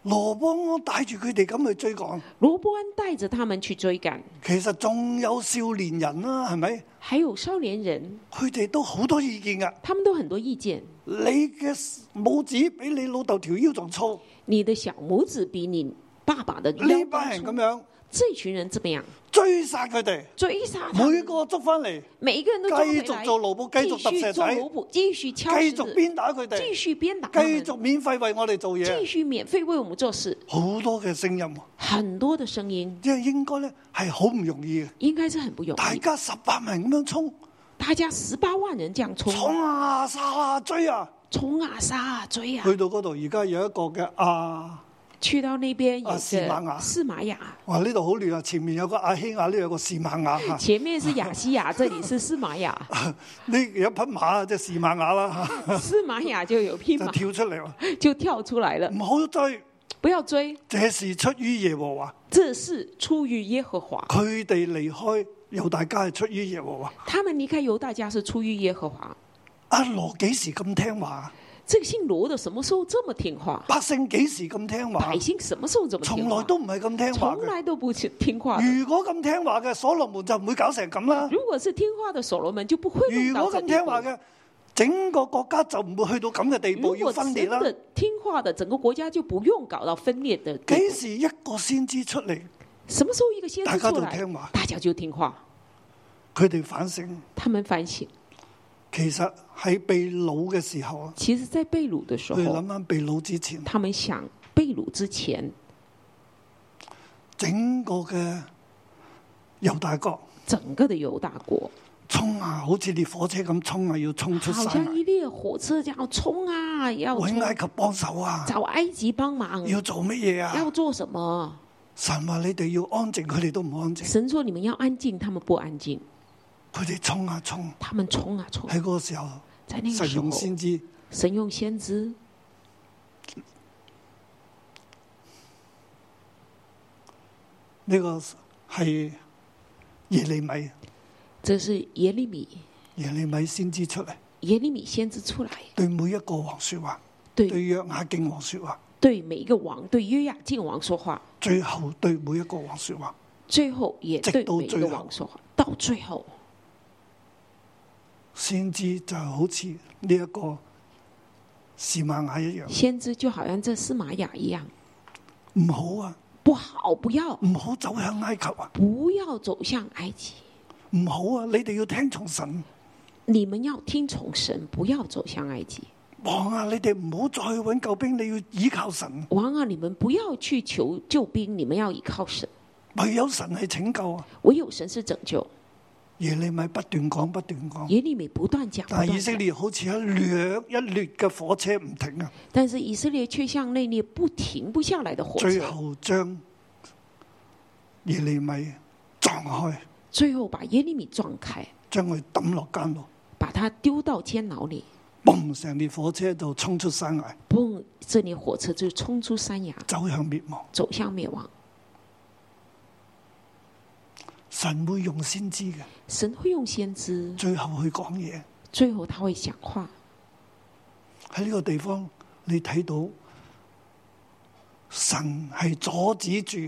Speaker 2: 羅波安帶住佢哋咁去追趕，
Speaker 3: 罗伯安带着他们去追赶，
Speaker 2: 其實仲有少年人啦、係咪？
Speaker 3: 还有少年人，
Speaker 2: 佢哋都好多意見噶。
Speaker 3: 他们都很多意见。
Speaker 2: 你嘅拇指比你老豆條腰仲粗，
Speaker 3: 你的小拇指比你爸爸的腰
Speaker 2: 呢
Speaker 3: 高
Speaker 2: 班人
Speaker 3: 粗
Speaker 2: 咁樣
Speaker 3: 这群人怎么样？
Speaker 2: 追殺佢哋，
Speaker 3: 追杀他们
Speaker 2: 每個捉翻嚟，
Speaker 3: 每一个人都抓回来
Speaker 2: 繼續做奴仆繼續揼
Speaker 3: 继
Speaker 2: 石仔
Speaker 3: 续做奴仆，继续敲
Speaker 2: 繼
Speaker 3: 石
Speaker 2: 續
Speaker 3: 子，
Speaker 2: 鞭打佢哋
Speaker 3: 继，续鞭打他
Speaker 2: 繼
Speaker 3: 们，
Speaker 2: 續免費為我哋做
Speaker 3: 继
Speaker 2: 嘢，
Speaker 3: 续免费为我们做事。
Speaker 2: 好多嘅聲音，
Speaker 3: 很多的声音
Speaker 2: 即係應該咧係好唔容易嘅。
Speaker 3: 应该是很不容
Speaker 2: 大
Speaker 3: 易，
Speaker 2: 家十八人咁樣衝，
Speaker 3: 大家十八万人这样冲
Speaker 2: 衝啊殺啊追啊，
Speaker 3: 冲啊杀啊追啊，
Speaker 2: 去到嗰度而家有一個嘅亞
Speaker 3: 去到那边
Speaker 2: 啊
Speaker 3: 也是
Speaker 2: 示玛雅
Speaker 3: 示玛雅，
Speaker 2: 哇！呢度好亂啊！前面有個阿希亞，呢度有個士瑪雅 嚇。
Speaker 3: 前面是雅 西亚，这里是示玛 雅，
Speaker 2: 呢有一匹馬啊即係士瑪雅 啦嚇，
Speaker 3: 示玛雅就有匹
Speaker 2: 就
Speaker 3: 马
Speaker 2: 跳出嚟話
Speaker 3: 就跳出来了，
Speaker 2: 唔好追，
Speaker 3: 不要追，
Speaker 2: 這是出於耶和華。
Speaker 3: 这是出于耶和华。
Speaker 2: 佢哋離開猶大家係出於耶和華。
Speaker 3: 他们离开犹大家是出于耶和华。
Speaker 2: 阿羅幾時咁聽話？
Speaker 3: 这个姓罗的什么时候这么听话？
Speaker 2: 百姓幾時咁聽話
Speaker 3: 百？姓什么时候这么听
Speaker 2: 從來
Speaker 3: 话？
Speaker 2: 啊都唔係咁聽話
Speaker 3: 从
Speaker 2: 嘅。
Speaker 3: 来都不听话的。
Speaker 2: 如果咁聽話嘅，所羅門就唔會搞成咁啦。
Speaker 3: 如果是听话的所罗门，就不会弄
Speaker 2: 如
Speaker 3: 到
Speaker 2: 果
Speaker 3: 这
Speaker 2: 咁
Speaker 3: 地
Speaker 2: 聽
Speaker 3: 步
Speaker 2: 話。嘅，整個國家就唔會去到咁嘅地
Speaker 3: 如
Speaker 2: 步，要
Speaker 3: 果
Speaker 2: 分
Speaker 3: 真
Speaker 2: 裂啦。
Speaker 3: 的听话的，整个国家就不用搞到分裂的地步。
Speaker 2: 幾時一個先知出嚟，
Speaker 3: 什么时候一个先
Speaker 2: 大
Speaker 3: 知
Speaker 2: 家
Speaker 3: 出
Speaker 2: 都
Speaker 3: 来，
Speaker 2: 聽話，
Speaker 3: 大家就听话，
Speaker 2: 佢哋反省，
Speaker 3: 他们反省。
Speaker 2: 其實喺被掳嘅時候啊，
Speaker 3: 其实，在被掳的时
Speaker 2: 佢哋
Speaker 3: 候，
Speaker 2: 諗翻被掳之前，
Speaker 3: 他们想被掳之前，
Speaker 2: 整個嘅猶大國
Speaker 3: 整个的犹大国
Speaker 2: 衝啊，好似烈火車咁衝啊，要衝出
Speaker 3: 好
Speaker 2: 山
Speaker 3: 像
Speaker 2: 嚟，
Speaker 3: 一列火车这样冲啊，要冲
Speaker 2: 揾埃及幫手啊，
Speaker 3: 找埃及帮忙，
Speaker 2: 要做乜嘢
Speaker 3: 要
Speaker 2: 啊？
Speaker 3: 做什么？
Speaker 2: 神話你哋要安靜，佢哋都唔安靜，
Speaker 3: 神说你们要安静，他们不安静，
Speaker 2: 佢哋衝啊衝，
Speaker 3: 他们冲啊冲。
Speaker 2: 喺嗰個時候，
Speaker 3: 在那个
Speaker 2: 神
Speaker 3: 时候
Speaker 2: 用，先知
Speaker 3: 神用先知
Speaker 2: 呢個係耶利米，
Speaker 3: 这是耶利米，
Speaker 2: 耶利米先知出嚟，
Speaker 3: 耶利米先知出来，
Speaker 2: 對每一個王说話。對
Speaker 3: 对
Speaker 2: 約雅敬王說話，
Speaker 3: 对每一个王，对约雅敬王说话，
Speaker 2: 最後對每一個王說話。
Speaker 3: 最后也
Speaker 2: 直
Speaker 3: 对
Speaker 2: 到
Speaker 3: 每一
Speaker 2: 最
Speaker 3: 个
Speaker 2: 后
Speaker 3: 王说话，到最后，
Speaker 2: 先知就好似呢一個士瑪雅一樣，
Speaker 3: 先知就好像这司玛雅一样，
Speaker 2: 唔好啊，
Speaker 3: 不好，不要，
Speaker 2: 唔好走向埃及啊，
Speaker 3: 不要走向埃及，
Speaker 2: 唔好啊，你哋要聽從神。
Speaker 3: 你们要听从神，不要走向埃及。
Speaker 2: 王啊，你哋唔好再去揾救兵，你要倚靠神，
Speaker 3: 王啊，你们不要去求救兵，你们要依靠神，
Speaker 2: 唯有神係拯救啊！
Speaker 3: 唯有神是拯救。
Speaker 2: 耶利米不斷講，不斷講，
Speaker 3: 耶利米不断讲，不
Speaker 2: 但
Speaker 3: 断
Speaker 2: 係以色
Speaker 3: 讲
Speaker 2: 列好似一掠一列嘅火車唔停啊，
Speaker 3: 但是以色列却像那列不停不下来的火
Speaker 2: 最
Speaker 3: 车，
Speaker 2: 後將耶利米撞開，
Speaker 3: 最后把耶利米撞开，
Speaker 2: 將佢抌落間路。
Speaker 3: 把他丢到监牢里。
Speaker 2: 嘣！成列火車就衝出山崖，
Speaker 3: 嘣！这列火车就冲出山崖，
Speaker 2: 走向滅亡。
Speaker 3: 走向灭亡。
Speaker 2: 神會用先知嘅，
Speaker 3: 神会用先知，
Speaker 2: 最後去講嘢。
Speaker 3: 最后他会讲话。
Speaker 2: 喺呢個地方，你睇到神係阻止住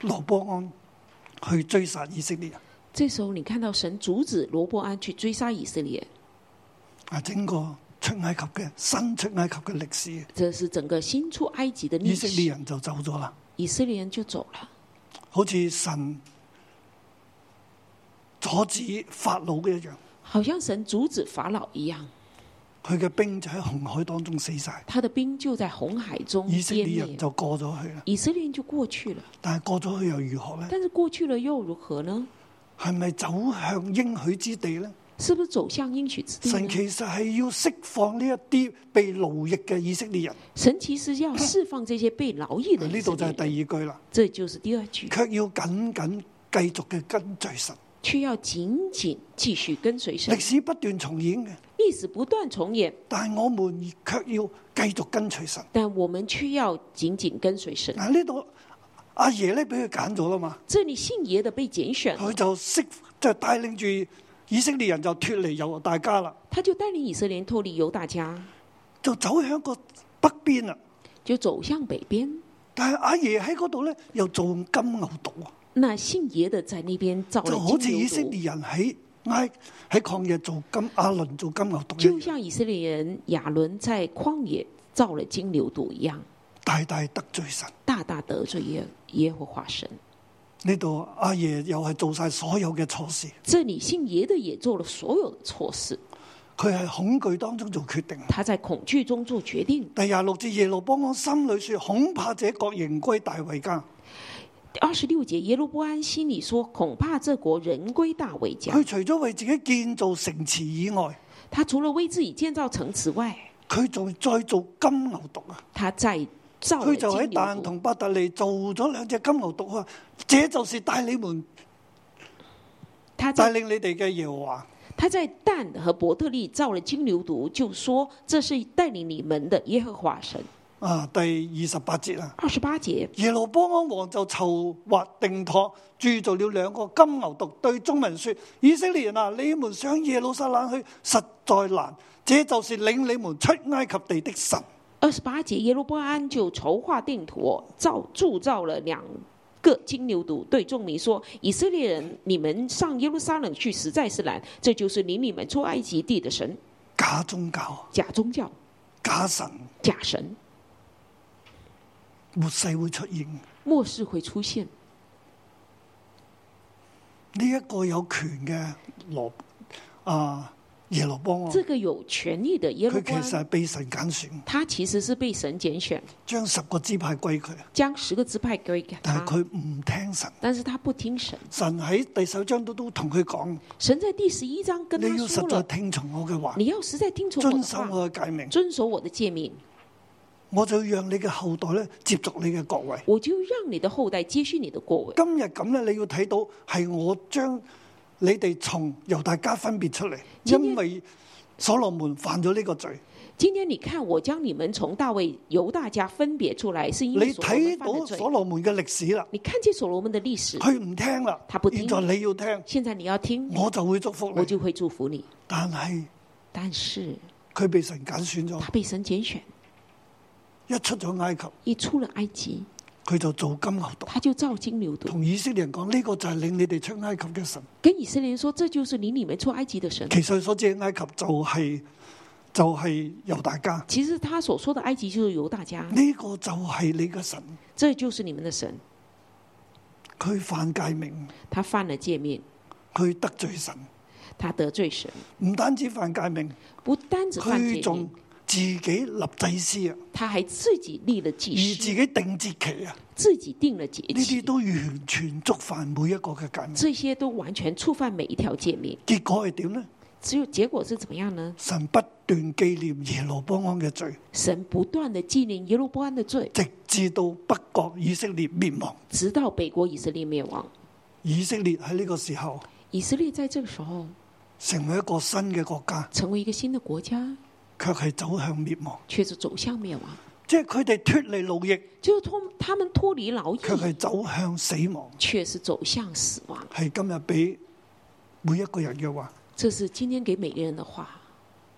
Speaker 2: 羅波安去追殺以色列人。
Speaker 3: 这时候你看到神阻止罗伯安去追杀以色列，
Speaker 2: 啊，整個出埃及嘅新出埃及嘅歷史，
Speaker 3: 这是整个新出埃及的
Speaker 2: 以
Speaker 3: 历
Speaker 2: 色
Speaker 3: 史。
Speaker 2: 列人就走咗啦。
Speaker 3: 以色列人就走了，
Speaker 2: 好似神阻止法老嘅一樣，
Speaker 3: 好像神阻止法老一样，
Speaker 2: 佢嘅兵就喺紅海當中死晒。
Speaker 3: 他的兵就在红海中
Speaker 2: 以色
Speaker 3: 湮
Speaker 2: 列人
Speaker 3: 灭。
Speaker 2: 就過咗去啦。
Speaker 3: 以色列人就过去了，
Speaker 2: 但係過咗去又如何呢？
Speaker 3: 但是过去了又如何呢？
Speaker 2: 係咪走向應許之地呢？
Speaker 3: 是不是走向应许之地
Speaker 2: 神
Speaker 3: 呢？
Speaker 2: 其實係要釋放呢一啲被奴役嘅以色列人。
Speaker 3: 神其实要释放这些被劳役的以
Speaker 2: 啊呢
Speaker 3: 色
Speaker 2: 度就
Speaker 3: 列
Speaker 2: 係
Speaker 3: 人，
Speaker 2: 第二句啦，
Speaker 3: 这就是第二句，
Speaker 2: 卻要緊緊繼續嘅跟隨神。
Speaker 3: 却要紧紧继续跟随神
Speaker 2: 歷。史不斷重演嘅，
Speaker 3: 历史不断重演，
Speaker 2: 但係我們卻要繼續跟隨神。
Speaker 3: 但我们却要紧紧跟随神。
Speaker 2: 嗱呢度阿爺咧俾佢揀咗啦嘛，
Speaker 3: 这里信耶的被拣选了
Speaker 2: 佢就釋就帶領住以色列人就脱離猶大家啦，
Speaker 3: 他就带领以色列人脱离犹大家，
Speaker 2: 就走向個北邊啦。
Speaker 3: 就走向北边。
Speaker 2: 但係阿爺喺嗰度咧又做金牛犢啊！
Speaker 3: 那信耶的在那边造
Speaker 2: 就好似
Speaker 3: 了
Speaker 2: 以
Speaker 3: 金牛
Speaker 2: 色
Speaker 3: 犊，
Speaker 2: 列人喺埃喺曠野做金阿倫做金牛犢
Speaker 3: 就
Speaker 2: 一樣，
Speaker 3: 像以色列人亚伦在旷野造了金牛犊一样，
Speaker 2: 大大得罪神。
Speaker 3: 大大得罪耶耶和华神。
Speaker 2: 呢度阿爺又係做晒所有嘅錯事，
Speaker 3: 这里信耶的也做了所有的错事，
Speaker 2: 佢係恐懼當中做決定。
Speaker 3: 他在恐惧中做决定。
Speaker 2: 第廿六節耶路波安心裏说：恐怕這國仍歸大衛家。
Speaker 3: 二十六节，耶罗波安心里说：“恐怕这国人归大卫家
Speaker 2: 佢。除咗為自己建造城池以外，
Speaker 3: 他除了为自己建造城池外，
Speaker 2: 佢仲再做金牛犢啊！
Speaker 3: 他在造了
Speaker 2: 佢就
Speaker 3: 金
Speaker 2: 喺
Speaker 3: 牛
Speaker 2: 但
Speaker 3: 犊，
Speaker 2: 同伯特利做咗兩隻金牛犢啊！這就是帶你們
Speaker 3: 他
Speaker 2: 帶
Speaker 3: 在
Speaker 2: 領你哋嘅耶和華。
Speaker 3: 他在但和伯特利造了金牛犊，就说这是带领你们的耶和华神。
Speaker 2: 啊，第二十八節啊，
Speaker 3: 二十八节，
Speaker 2: 耶路波安王就籌劃定妥，鑄造了兩個金牛犢，對中民說：以色列人啊，你們上耶路撒冷去實在難，這就是領你們出埃及地的神。
Speaker 3: 二十八节，耶罗波安就筹划定妥，造铸造了两个金牛犊，对众民说：“以色列人，你们上耶路撒冷去，实在是难。这就是领你们出埃及地的神，
Speaker 2: 假宗教、
Speaker 3: 假宗教、
Speaker 2: 假神，
Speaker 3: 假神，
Speaker 2: 末世會出現。
Speaker 3: 末世会出现。
Speaker 2: 呢、一個有權嘅羅啊耶路波安，
Speaker 3: 这个有权力的耶罗
Speaker 2: 佢其
Speaker 3: 波
Speaker 2: 實
Speaker 3: 安，
Speaker 2: 係被神揀選，
Speaker 3: 他其实是被神拣选，
Speaker 2: 將十個支派歸佢，
Speaker 3: 将十个支派归给
Speaker 2: 但
Speaker 3: 他，
Speaker 2: 係佢唔聽神。
Speaker 3: 但是他不听神。
Speaker 2: 神喺第十章都都同佢講：
Speaker 3: 神在第十一章跟他
Speaker 2: 你要
Speaker 3: 说
Speaker 2: 實在
Speaker 3: 了，
Speaker 2: 聽從我嘅話，
Speaker 3: 你要实在听从我
Speaker 2: 遵
Speaker 3: 的
Speaker 2: 守
Speaker 3: 话，
Speaker 2: 我嘅诫命。
Speaker 3: 遵守我的诫命，
Speaker 2: 我就要讓你嘅後代咧接續你嘅國位。
Speaker 3: 我就让你的后代接续你的国位。
Speaker 2: 今日咁咧，你要睇到係我將你哋從猶大家分別出嚟，
Speaker 3: 今天
Speaker 2: 因為所羅門犯咗呢個罪。
Speaker 3: 今天你看，我将你们从大卫、犹大家分别出来，是因
Speaker 2: 你
Speaker 3: 为所罗
Speaker 2: 睇
Speaker 3: 门犯
Speaker 2: 到
Speaker 3: 的罪。
Speaker 2: 所羅門嘅歷史啦，
Speaker 3: 你看见所罗门的历史，
Speaker 2: 佢唔聽啦
Speaker 3: 他不，
Speaker 2: 現
Speaker 3: 聽
Speaker 2: 在你要聽，
Speaker 3: 现在你要听，
Speaker 2: 我就會祝福
Speaker 3: 我
Speaker 2: 你。
Speaker 3: 就会祝福你。
Speaker 2: 但係
Speaker 3: 但是
Speaker 2: 佢被神揀選咗
Speaker 3: 他，被神拣选，
Speaker 2: 一出咗埃及，
Speaker 3: 一出了埃及，
Speaker 2: 佢就做金牛犢，
Speaker 3: 他就造金牛犊，
Speaker 2: 同以色列人講呢、個就係領你哋出埃及嘅神。
Speaker 3: 跟以色列人说：“这就是领你们出埃及的神。
Speaker 2: 其實所指嘅埃及就係就係猶大家，”
Speaker 3: 其实他所说的埃及就是犹大家，
Speaker 2: 呢、個就係你嘅神。
Speaker 3: 这就是你们的神。
Speaker 2: 佢犯戒命，
Speaker 3: 他犯了诫命，
Speaker 2: 佢得罪神，
Speaker 3: 他得罪神，
Speaker 2: 唔單止犯戒命，
Speaker 3: 不单只犯
Speaker 2: 佢
Speaker 3: 诫
Speaker 2: 仲
Speaker 3: 命，
Speaker 2: 自己立祭司啊，
Speaker 3: 他还自己立了祭
Speaker 2: 而自
Speaker 3: 司，
Speaker 2: 己定節期啊，
Speaker 3: 自己定了节
Speaker 2: 呢
Speaker 3: 期
Speaker 2: 啲。都完全觸犯每一個嘅戒命。
Speaker 3: 这些都完全触犯每一条诫命。
Speaker 2: 結果係點呢？
Speaker 3: 只有结果是怎么样呢？
Speaker 2: 神不斷紀念耶路波安嘅罪，
Speaker 3: 神不断的纪念耶路波安的罪，
Speaker 2: 直至到北國以色列滅亡。
Speaker 3: 直到北国以色列灭亡。
Speaker 2: 以色列喺呢個時候
Speaker 3: 以色列在这个时候
Speaker 2: 成為一個新嘅國家，
Speaker 3: 成为一个新的国家，
Speaker 2: 卻係走向滅亡。
Speaker 3: 却是走向灭亡，
Speaker 2: 即係佢哋脱離奴役，
Speaker 3: 就是脱他们脱离劳役，
Speaker 2: 卻係走向死亡，
Speaker 3: 却是走向死亡。
Speaker 2: 係今日俾每一個人嘅話。
Speaker 3: 这是今天给每个人的话。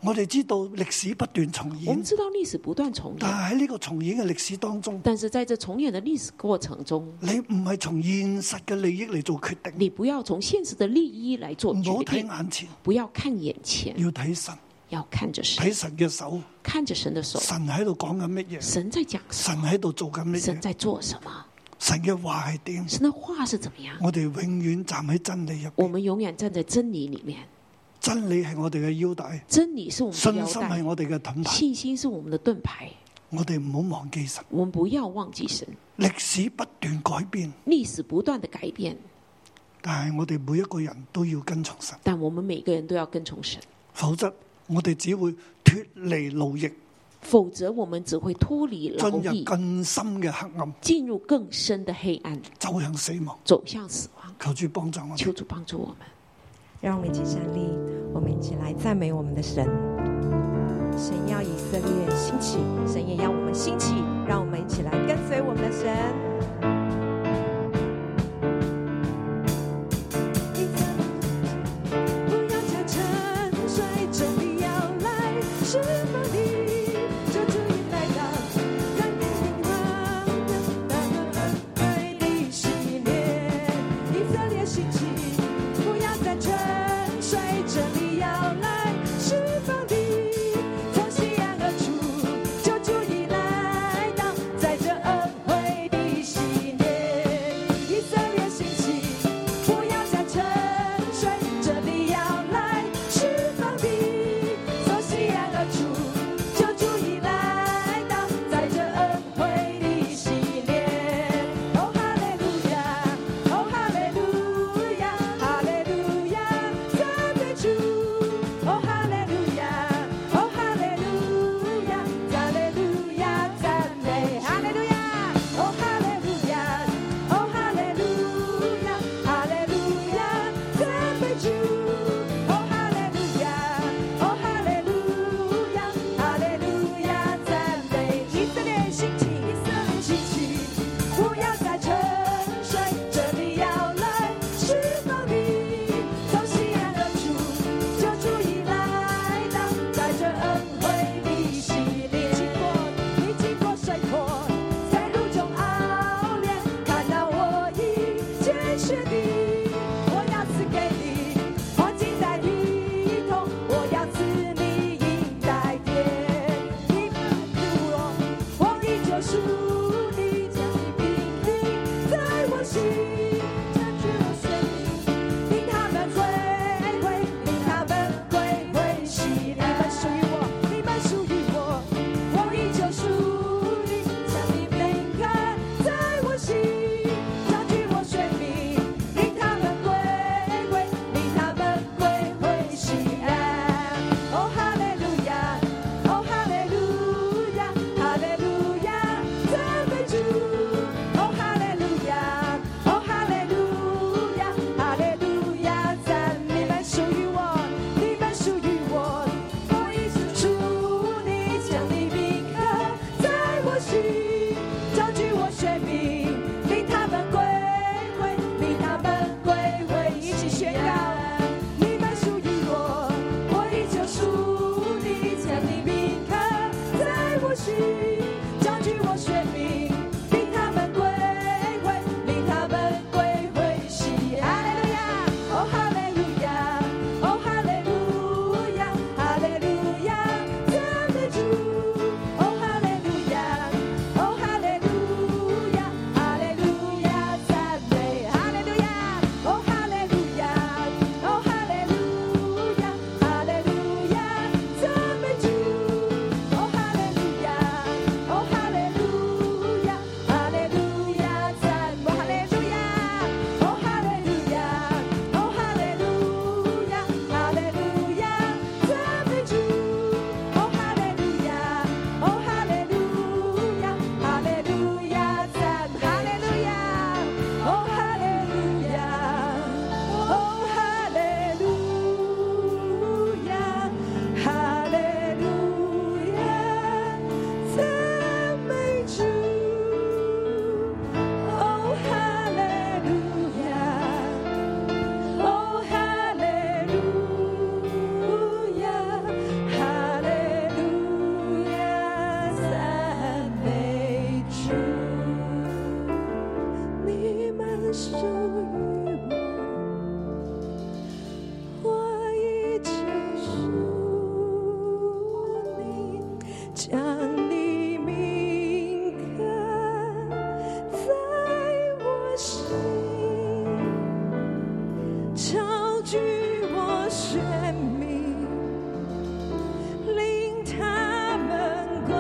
Speaker 2: 我哋知道歷史不斷重
Speaker 3: 我们
Speaker 2: 演，
Speaker 3: 知道历史不断重
Speaker 2: 但
Speaker 3: 演，
Speaker 2: 係喺呢個重演嘅歷史當中，
Speaker 3: 但是在这重演的历史过程中，
Speaker 2: 你唔係從現實嘅利益嚟做決定，
Speaker 3: 你不要从现实的利益来做
Speaker 2: 唔
Speaker 3: 决
Speaker 2: 好睇
Speaker 3: 定，
Speaker 2: 眼前，
Speaker 3: 不要看眼前，
Speaker 2: 要睇神，
Speaker 3: 要看着神，
Speaker 2: 睇神嘅手，
Speaker 3: 看着神的手，
Speaker 2: 哎神喺度講緊乜嘢，
Speaker 3: 神在讲什
Speaker 2: 神喺度做緊
Speaker 3: 么，
Speaker 2: 乜
Speaker 3: 神
Speaker 2: 嘢，
Speaker 3: 在做什么。
Speaker 2: 神嘅話係點，
Speaker 3: 神的话是怎么样？
Speaker 2: 我哋永遠站喺真理入
Speaker 3: 我
Speaker 2: 边，
Speaker 3: 们永远站在真理里面，
Speaker 2: 真理係我哋嘅腰帶，
Speaker 3: 真理是我们的
Speaker 2: 信
Speaker 3: 腰
Speaker 2: 心係
Speaker 3: 带，
Speaker 2: 我哋嘅盾牌，
Speaker 3: 信心是我们的盾牌。
Speaker 2: 我哋唔好忘記神。
Speaker 3: 我们不要忘記神，
Speaker 2: 歷史不斷改變，
Speaker 3: 历史不断的改变，
Speaker 2: 但係我哋每一個人都要跟從神，
Speaker 3: 但我們每个人都要跟从神，
Speaker 2: 否則我哋只會脱離奴役。
Speaker 3: 否则我们只会脱离
Speaker 2: 進
Speaker 3: 劳
Speaker 2: 入
Speaker 3: 役，
Speaker 2: 更深嘅黑暗，
Speaker 3: 进入更深的黑暗，
Speaker 2: 走向死亡。
Speaker 3: 走向死亡。
Speaker 2: 求主幫助我哋。
Speaker 3: 求主帮助我们。
Speaker 4: 让我们一起站立，我们一起来赞美我们的神。神要以色列兴起，神也要我们兴起，让我们一起来跟随我们的神。
Speaker 5: 不要再沉睡，真理要来，释放你，救主已来到，让你平安的大能恩惠的洗练，以色列兴起，不要再沉睡，真理要来，释放你，从西安而出，救主已来到，在这恩惠的洗练，以色列兴起。不要再沉睡，这里要来释放你，从西安而出，救主已来到，在这恩惠的洗练。哦哈利路亚，哦哈利路亚，哈利路亚，赞美主。哦哈利路亚，哦哈利路亚。Oh, Oh, 血滴，我要赐给你黄金代替一桶，我要赐你银代天。你满足我，我的救赎，你将你平定在我心，占据我生命，令他们归回，令他们归回西。你们属于我，你们属于我，我的救赎，你将你平安在我心。占据我生命，令他们归回，令他们归回西安。哦，哈利路亚，哦，哈利路亚，哈利路亚，赞美主。哦，哈利路亚，哦，哈利路亚，哈利路亚，赞你们属于我，你们属于我，我已是主，你将你名刻在我心。招聚我选民，令他们归回，令他们归回，一起宣告：你们属于我，我依旧属你，将你铭刻在我心。招聚我选民，令他们归回，令他们归回，喜哈利路亚，哦哈利路亚，哦哈利路亚，哈利路亚，赞美主，哦哈利路亚。哦，哈利路亚，哈利路亚，赞美哈利路亚，哦，哈利路亚，哦，哈利路亚，哈利路亚，赞美主，哦，哈利路亚，哦，哈利路亚，哈利路亚，赞美哈利路亚，哦，哈利路亚，哦，哈利路亚，哈利路亚，赞美主，哦，哈利路亚。哦，哈利路亚，哈利路亚，赞哈利路亚，哦，哈利路亚，哦，哈利路亚，哈利路亚，赞美主，哦，哈利路亚。哦，哈利路亚，哈利路亚，赞美主，你们属于我，我依旧属你，将你铭刻在我心。超举我生命，令他们归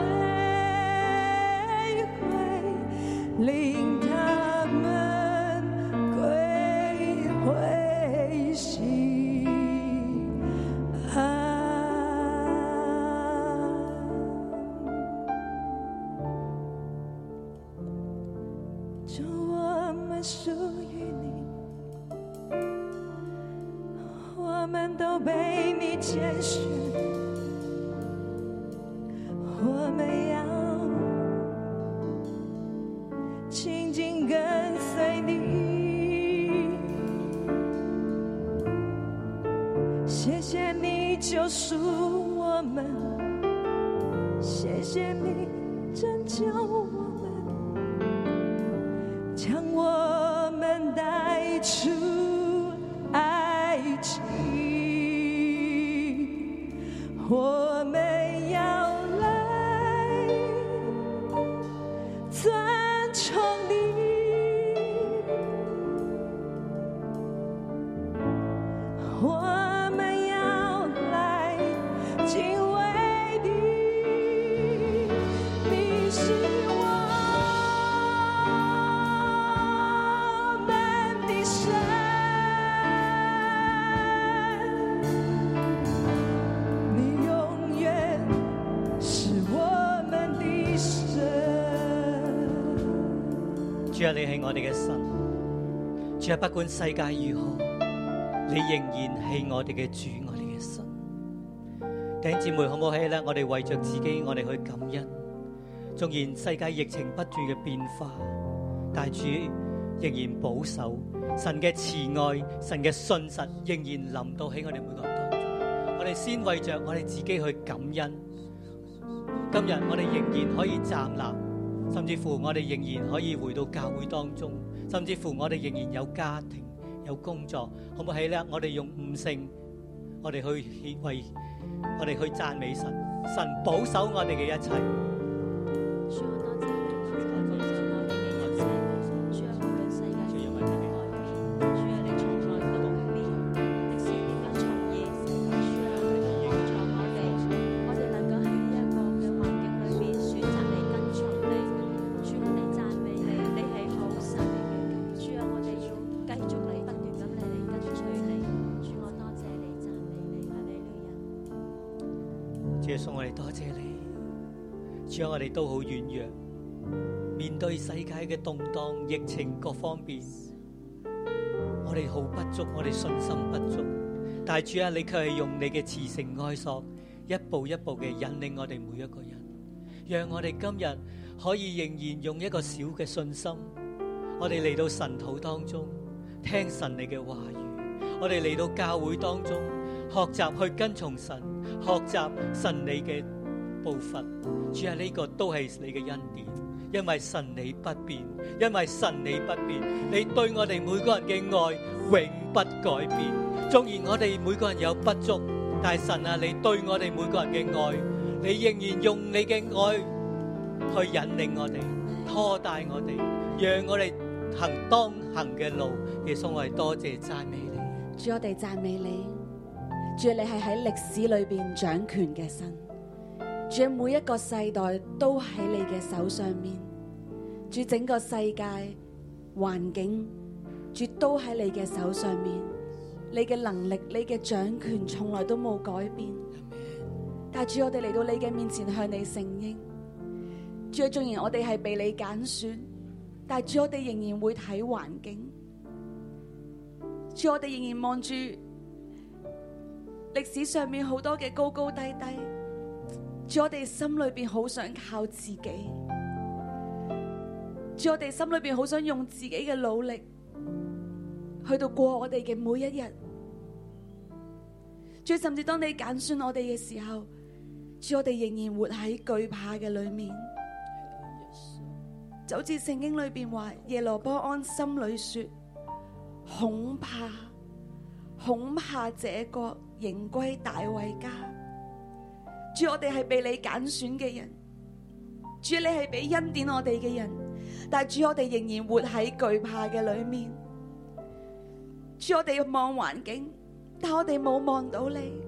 Speaker 5: 回，令他们归回西啊安。主，我们属于你。我们都被你拣选，我们要紧紧跟随你。谢谢你救赎我们，谢谢你拯救我们，将我们带出埃及，我们要来尊崇你，我们要来敬畏你，你是我们的神。你永远是我们的神。
Speaker 6: 主啊，你系我哋嘅神。主啊，不管世界如何，你仍然系我哋嘅主，我哋嘅神。弟兄姊妹，好唔好喺咧？我哋为着自己，我哋去感恩。纵然世界疫情不断嘅变化，但主仍然保守，神嘅慈愛、神嘅信實仍然臨到喺我哋每個人當中。我哋先為着我哋自己去感恩。今日我哋仍然可以站立。甚至乎我哋仍然可以回到教會當中，甚至乎我哋仍然有家庭、有工作，好唔好？係咧，我哋用悟性，我哋去獻為我哋去讚美神，神保守我哋嘅一切。
Speaker 7: 主我多謝你，主我多謝我哋嘅人生，主我向世界
Speaker 6: 主要
Speaker 7: 改
Speaker 6: 問題
Speaker 7: 變，主啊，你從來都冇呢歷史點樣重現，主啊，你幫助我哋，我哋能夠喺呢一個嘅環境裏面選擇你跟從你，主我哋讚美你，你係好神，主啊，我哋要繼續你不斷咁嚟嚟跟隨你，主我多謝你讚美你，哈利路亞。
Speaker 6: 主耶穌，我哋多謝你。主啊，我哋都好軟弱，面對世界嘅動盪、疫情各方面，我哋好不足，我哋信心不足。但係主啊，你卻係用你嘅慈繩愛索，一步一步嘅引領我哋每一個人，讓我哋今日可以仍然用一個小嘅信心，我哋嚟到神土當中，聽神你嘅話語，我哋嚟到教會當中，學習去跟從神。學習神你嘅步伐，主啊，呢個都係你嘅恩典，因為神你不變，因為神你不變，你對我哋每個人嘅愛永不改變。縱然我哋每個人有不足，但係神啊，你對我哋每個人嘅愛，你仍然用你嘅愛去引領我哋，拖帶我哋，讓我哋行當行嘅路。耶穌，我哋多謝讚美你。
Speaker 5: 主，我哋讚美你。主，你係喺歷史裏邊掌權嘅神。主，每一個世代都喺你嘅手上面。主，整個世界環境，主都喺你嘅手上面。你嘅能力，你嘅掌權，從來都冇改變。但係主，我哋嚟到你嘅面前，向你承認。主，縱然我哋係被你揀選，但係主，我哋仍然會睇環境。主，我哋仍然望住歷史上面好多嘅高高低低，主，我哋心裏邊好想靠自己，主，我哋心裏邊好想用自己嘅努力去到過我哋嘅每一日。主，甚至當你揀選我哋嘅時候，主，我哋仍然活喺懼怕嘅裏面，就好似聖經裏邊話，耶羅波安心裏說。恐怕，恐怕這國仍歸大衛家。主，我哋係被你揀選嘅人，主你係俾恩典我哋嘅人，但係主我哋仍然活喺懼怕嘅裏面。主，我哋望環境，但我哋冇望到你。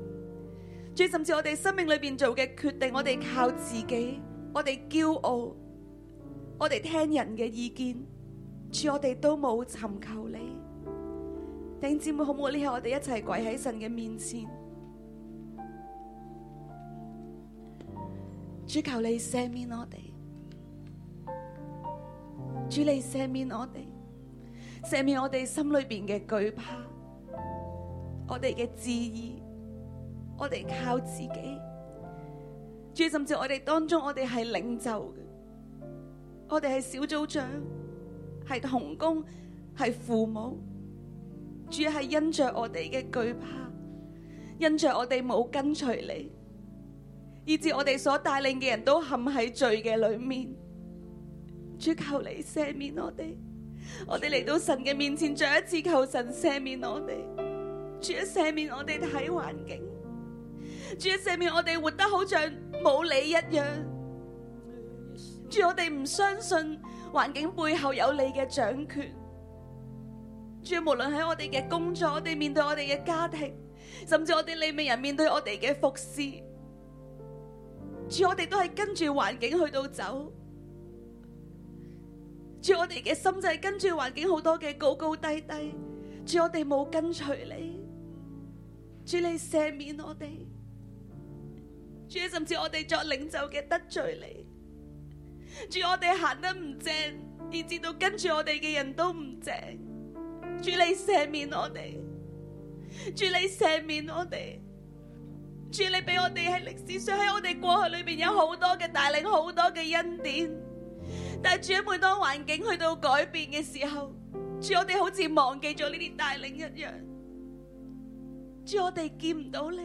Speaker 5: 主，甚至我哋生命裏邊做嘅決定，我哋靠自己，我哋驕傲，我哋聽人嘅意見。主，我哋都冇尋求你。弟兄姊妹，好唔好？呢刻我哋一齊跪喺神嘅面前，主求你赦免我哋，主你赦免我哋，赦免我哋心裏邊嘅懼怕，我哋嘅自義，我哋靠自己，主甚至我哋當中，我哋係領袖嘅，我哋係小組長。係童工，係父母，主係因着我哋嘅懼怕，因着我哋冇跟隨你，以致我哋所帶領嘅人都陷喺罪嘅裏面。主求你赦免我哋，我哋嚟到神嘅面前，再一次求神赦免我哋。主啊，赦免我哋睇環境，主啊，赦免我哋活得好像冇你一樣。主，我哋唔相信環境背後有你嘅掌權。主，無論喺我哋嘅工作，我哋面對我哋嘅家庭，甚至我哋利未人面對我哋嘅服侍，主，我哋都係跟住環境去到走。主，我哋嘅心就係跟住環境好多嘅高高低低。主，我哋冇跟隨你。主，你赦免我哋。主，甚至我哋作領袖嘅得罪你。主，我哋行得唔正，以至到跟住我哋嘅人都唔正。主，你赦免我哋，主，你赦免我哋，主，你俾我哋喺歷史上喺我哋過去裏邊有好多嘅帶領，好多嘅恩典。但係主，每當環境去到改變嘅時候，主，我哋好似忘記咗呢啲帶領一樣。主，我哋見唔到你，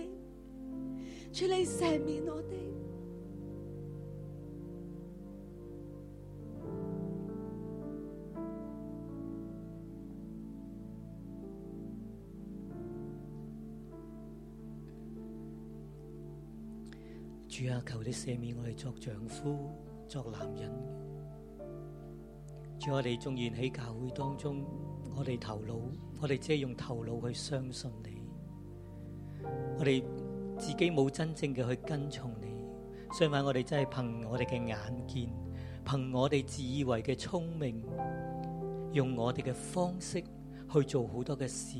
Speaker 5: 主，你赦免我哋。
Speaker 6: 主啊，求你赦免我哋作丈夫、作男人。主，我哋縱然喺教會當中，我哋頭腦，我哋只係用頭腦去相信你，我哋自己冇真正嘅去跟從你。相反，我哋真係憑我哋嘅眼見，憑我哋自以為嘅聰明，用我哋嘅方式去做好多嘅事，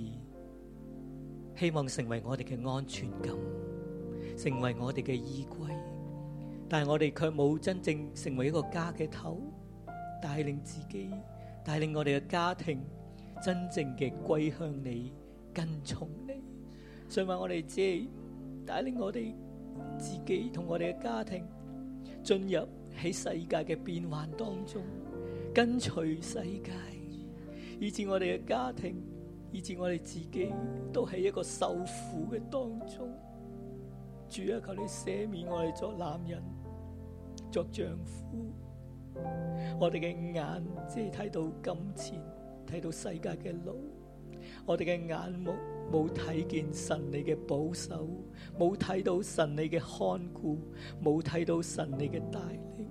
Speaker 6: 希望成為我哋嘅安全感。成為我哋嘅依歸，但係我哋卻冇真正成為一個家嘅頭，帶領自己，帶領我哋嘅家庭，真正嘅歸向你，跟從你。所以話我哋只係帶領我哋自己同我哋嘅家庭進入喺世界嘅變幻當中，跟隨世界，以至我哋嘅家庭，以至我哋自己都喺一個受苦嘅當中。主啊，求你赦免我哋作男人、作丈夫，我哋嘅眼只係睇到金錢，睇到世界嘅路，我哋嘅眼目冇睇見神你嘅保守，冇睇到神你嘅看顧，冇睇到神你嘅帶領。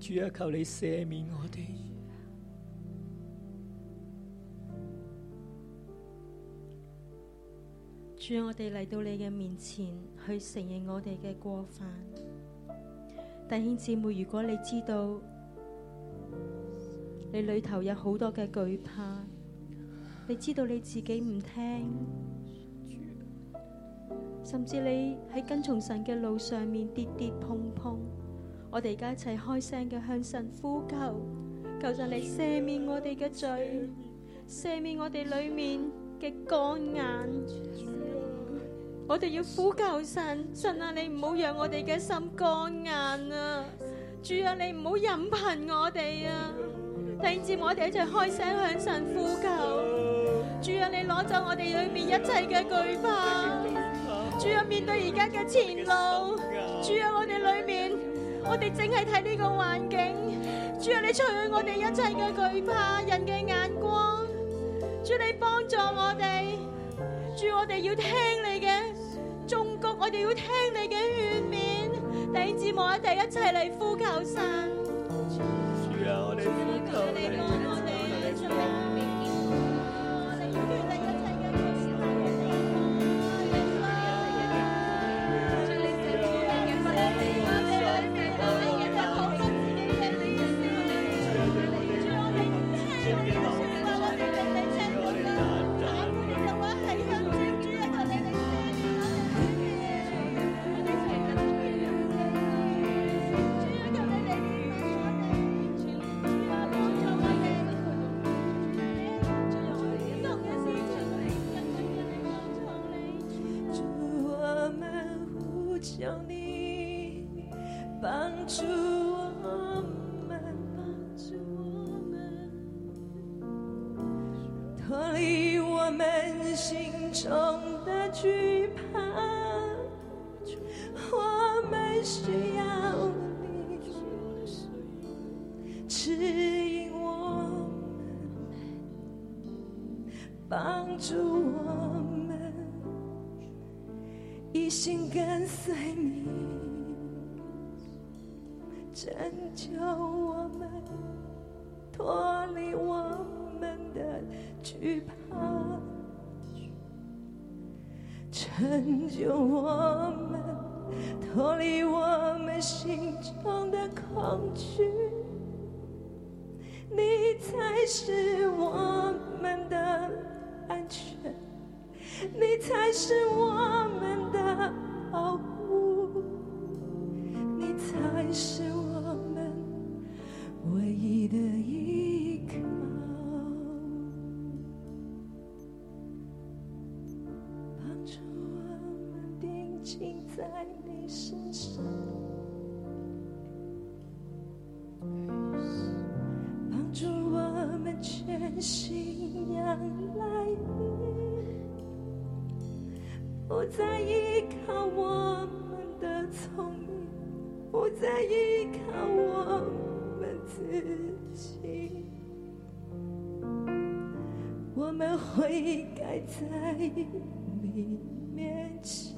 Speaker 6: 主啊，求你赦免我哋。
Speaker 8: 主，我哋嚟到你嘅面前，去承認我哋嘅過犯。弟兄姊妹，如果你知道你裏頭有好多嘅懼怕，你知道你自己唔聽，甚至你喺跟從神嘅路上面跌跌碰碰，我哋而家一齊開聲嘅向神呼求，求神你赦免我哋嘅罪，赦免我哋裏面嘅剛硬。我哋要呼求神，神啊，你唔好讓我哋嘅心剛硬啊！主啊，你唔好任憑我哋啊！弟兄姊妹，我哋一齊開聲向神呼求，主啊，你攞走我哋裏面一切嘅懼怕，主啊，面對而家嘅前路，主啊，我哋裏面，我哋淨係睇呢個環境，主啊，你除去我哋一切嘅懼怕，人嘅眼光，主你幫助我哋。主，我哋要聽你嘅忠告，我哋要聽你嘅勸勉。弟兄姊妹，我哋一齊嚟呼求神。
Speaker 6: 主啊，我哋呼
Speaker 8: 求你幫我哋一齊我哋要脫離一切嘅罪惡
Speaker 5: 主，我们呼求你，帮助我们，帮助我们，脱离我们心中的惧怕。我们需要你指引我们，帮助我们。一心跟随你，拯救我们，脱离我们的惧怕，成就我们，脱离我们心中的恐惧。你才是我们的安全。你才是我们的保护，你才是我们唯一的依靠。帮助我们定睛在你身上，帮助我们全心仰赖你。不再依靠我们的聪明，不再依靠我们自己，我们悔改在你面前，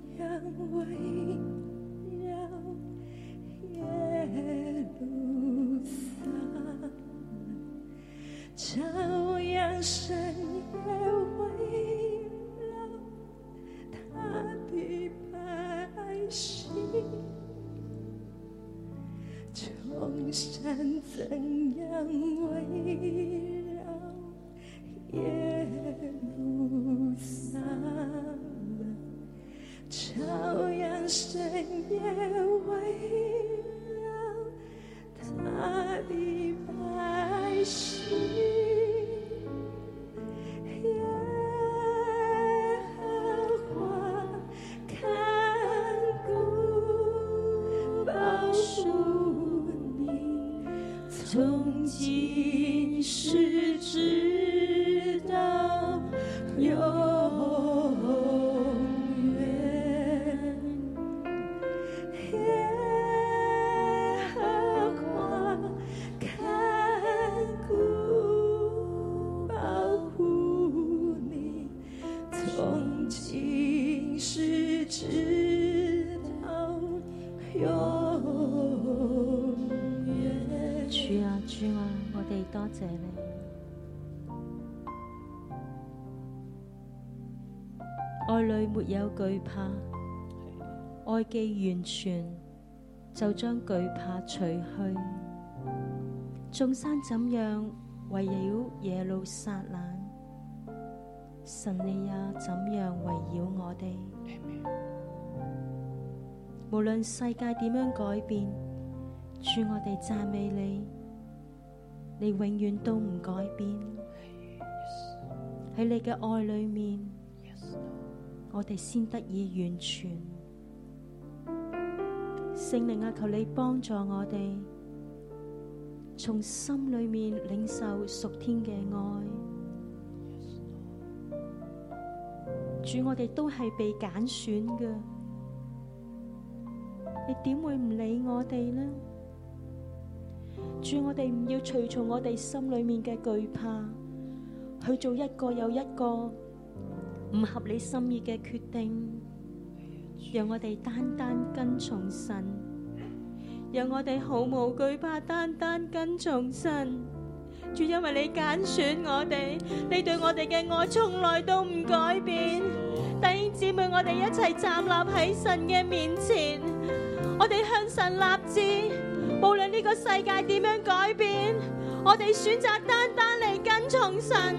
Speaker 5: 怎样围绕耶路撒朝阳深夜围绕他的百姓，众山怎样围绕耶路撒冷？朝阳深夜围绕他的百姓。耶和华看顾保护你，从今世直到永远。耶和华看顾保护你，从今世直到永远。
Speaker 8: 主啊，主啊，我哋多謝你。愛裏沒有懼怕，愛既完全，就將懼怕除去。眾山怎樣圍繞耶路撒冷，神你也怎樣圍繞我哋。無論世界點樣改變，主我哋讚美你，你永遠都唔改變。喺你嘅愛裏面，我哋先得以完全。聖靈啊，求你幫助我哋，從心裏面領受屬天嘅愛。主，我哋都係被揀選嘅，你點會唔理我哋呢？主，我哋唔要隨從我哋心裏面嘅懼怕，去做一個又一個唔合你心意嘅決定，讓我哋單單跟從神，讓我哋毫無懼怕，單單跟從神。主，因為你揀選我哋，你對我哋嘅愛從來都唔改變。弟兄姊妹，我哋一齊站立喺神嘅面前，我哋向神立志，無論呢個世界點樣改變，我哋選擇單單嚟跟從神，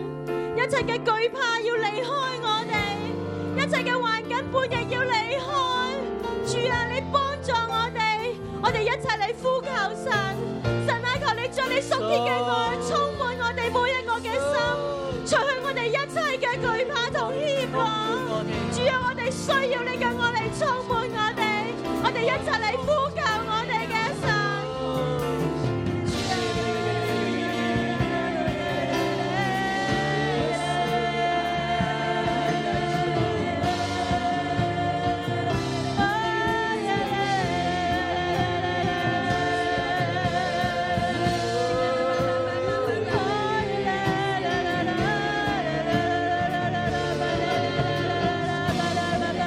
Speaker 8: 一切嘅懼怕要離開我哋，一切嘅環境半日要離開。主啊，你幫助我哋，我哋一齊嚟呼求神，神啊，求你將你屬天嘅愛充滿我哋每一個嘅心，除去我哋一切嘅懼怕同牽掛。主啊，我哋需要你嘅愛嚟充滿我哋，我哋一齊嚟呼求我哋嘅神。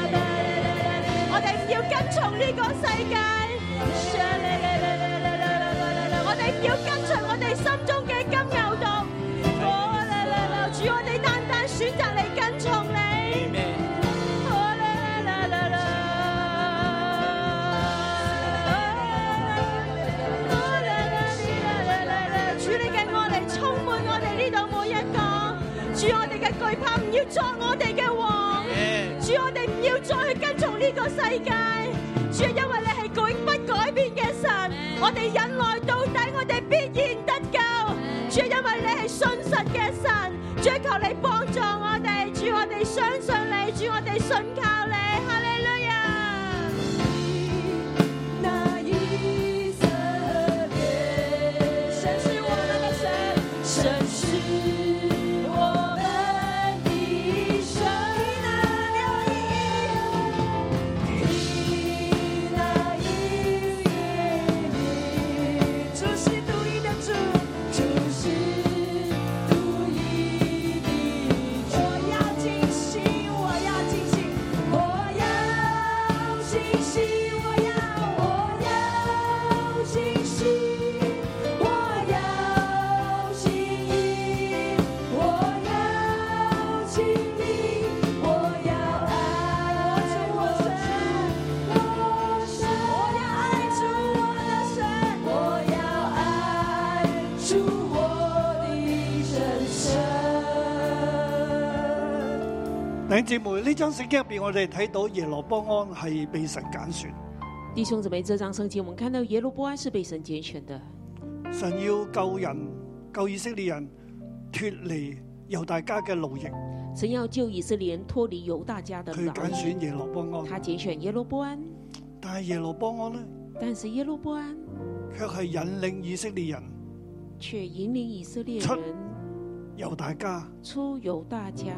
Speaker 8: 我哋唔要跟從呢個世界，我哋唔要跟隨我哋心中嘅金牛犢。主，我哋單單選擇嚟跟從你。主，你嘅愛嚟充滿我哋呢度每一個。主，我哋嘅懼怕唔要作我哋嘅王。主，我哋唔要再去跟從呢個世界。主，因為你係改不改變嘅神，我哋忍耐到底，我哋必然得救。主，因為你係信實嘅神，主求你幫助我哋，主我哋相信你，主我哋信靠你，哈利路亞。
Speaker 5: 那以色列，神是我们的神，神是我们的神。那以色列，主是独一的主，主是独一的主。我要尽心，我要尽心，我
Speaker 2: 弟兄姊妹，呢張聖經入邊，我哋睇到耶羅波安係被神揀選，
Speaker 3: 弟兄姊妹，这张圣经我们看到耶罗波安是被神拣选的，
Speaker 2: 神要救人、救以色列人脱離猶大家嘅奴役，
Speaker 3: 神要救以色列人脱离犹大家的
Speaker 2: 佢
Speaker 3: 牢
Speaker 2: 揀
Speaker 3: 狱
Speaker 2: 選，耶羅波安。
Speaker 3: 他拣选耶罗波安，
Speaker 2: 但係耶羅波安呢，
Speaker 3: 但是耶罗波安
Speaker 2: 卻係引領以色列人、
Speaker 3: 却引领以色列
Speaker 2: 出
Speaker 3: 人
Speaker 2: 猶大家
Speaker 3: 出犹大家，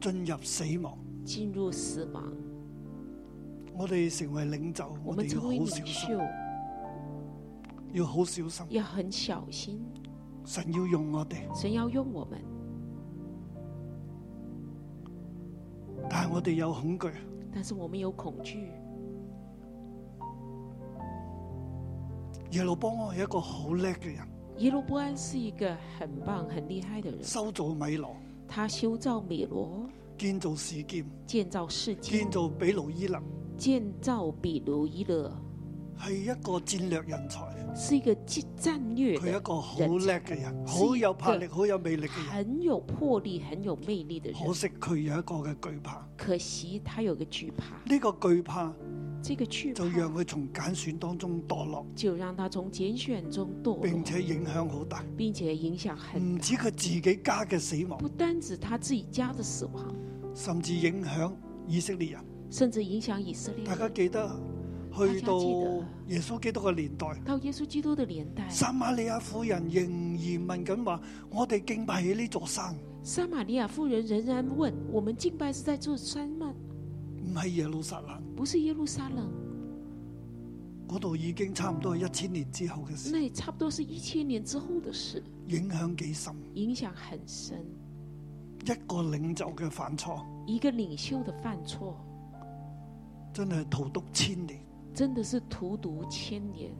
Speaker 2: 進入死亡。
Speaker 3: 进入死亡。
Speaker 2: 我哋成為領袖，
Speaker 3: 我
Speaker 2: 我
Speaker 3: 们
Speaker 2: 哋要
Speaker 3: 成为
Speaker 2: 好
Speaker 3: 领
Speaker 2: 小
Speaker 3: 袖
Speaker 2: 心，要好小心。
Speaker 3: 要很小心，
Speaker 2: 神要用我哋，
Speaker 3: 神要用我们，
Speaker 2: 但係我哋有恐懼。
Speaker 3: 但是我们有恐惧。
Speaker 2: 耶羅波安係一個好叻嘅人，
Speaker 3: 耶罗波安是一个很棒、很厉害的人，
Speaker 2: 修造米羅，
Speaker 3: 他修造美罗，
Speaker 2: 建造事劍，
Speaker 3: 建造世界
Speaker 2: 建，造比魯伊勒。
Speaker 3: 建造比如伊勒，
Speaker 2: 係一個戰略人才，
Speaker 3: 是一个战战略
Speaker 2: 佢係一
Speaker 3: 的
Speaker 2: 個好叻嘅人，
Speaker 3: 才
Speaker 2: 好有魄力、好有魅力嘅人。
Speaker 3: 很有魄力、很有魅力的人。
Speaker 2: 可惜佢有一個嘅懼怕，呢、
Speaker 3: 可惜他有个惧怕，
Speaker 2: 個懼怕
Speaker 3: 这个惧怕
Speaker 2: 就讓佢從揀選當中墮落，
Speaker 3: 就让他從揀選中墮
Speaker 2: 並
Speaker 3: 落，
Speaker 2: 且嗯影響好大，
Speaker 3: 並且影響很
Speaker 2: 唔
Speaker 3: 大，
Speaker 2: 止佢自己家嘅死亡
Speaker 3: 不，單止他自己家的死亡，
Speaker 2: 甚至影響以色列人。
Speaker 3: 甚至影響以色列
Speaker 2: 大家
Speaker 3: 人。
Speaker 2: 記得啊去到
Speaker 3: 大家記得啊
Speaker 2: 耶穌基督嘅年代，
Speaker 3: 到耶穌基督的年代，
Speaker 2: 撒瑪利亞婦人仍然問緊話：我哋敬拜喺呢座山，
Speaker 3: 撒瑪利亞婦人仍然問：我們敬拜是在座山嗎？
Speaker 2: 唔係耶路撒冷。
Speaker 3: 不是耶路撒冷？
Speaker 2: 嗰度已經差唔多係一千年之後嘅事，
Speaker 3: 那也差不多是一千年之後的事，
Speaker 2: 影響幾深。
Speaker 3: 影響很深。
Speaker 2: 一個領袖嘅犯錯，
Speaker 3: 一個領袖的犯錯，
Speaker 2: 真係荼毒千年，
Speaker 3: 真的是荼毒千年，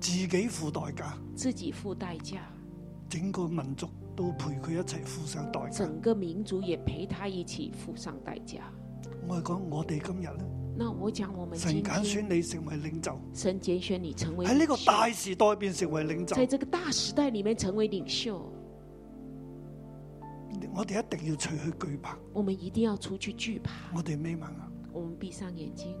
Speaker 2: 自己付代價，
Speaker 3: 自己付代價，
Speaker 2: 整個民族都陪佢一齊付上代價。
Speaker 3: 整個民族也陪他一起付上代價。
Speaker 2: 我係講我哋今日咧，
Speaker 3: 那我講我們
Speaker 2: 神
Speaker 3: 今
Speaker 2: 揀
Speaker 3: 天
Speaker 2: 選你成為領袖，
Speaker 3: 神拣选你成为
Speaker 2: 喺呢個
Speaker 3: 领袖
Speaker 2: 大時代入邊成為領
Speaker 3: 在
Speaker 2: 袖，
Speaker 3: 这个大时代里面成为领袖，
Speaker 2: 我哋一定要除去懼怕。
Speaker 3: 我们一定要除去惧怕。
Speaker 2: 我哋眯埋眼，
Speaker 3: 我们闭上眼睛，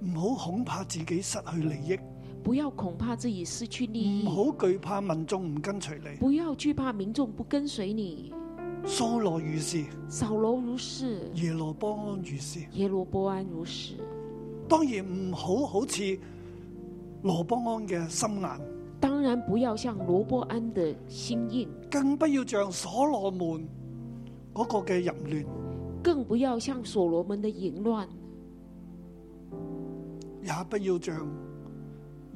Speaker 2: 唔好恐怕自己失去利益，
Speaker 3: 不要恐怕自己失去利益
Speaker 2: 唔，嗯好懼怕民眾唔跟隨你。
Speaker 3: 不要惧怕民众不跟随你。
Speaker 2: 掃羅如是，
Speaker 3: 扫罗如是，
Speaker 2: 耶羅波安如是。
Speaker 3: 耶罗波安如是。
Speaker 2: 當然唔好好似羅波安嘅心眼。
Speaker 3: 当然，不要像罗波安的心硬，
Speaker 2: 更不要像所羅門嗰個嘅淫亂，
Speaker 3: 更不要像所罗门的淫乱，
Speaker 2: 也不要像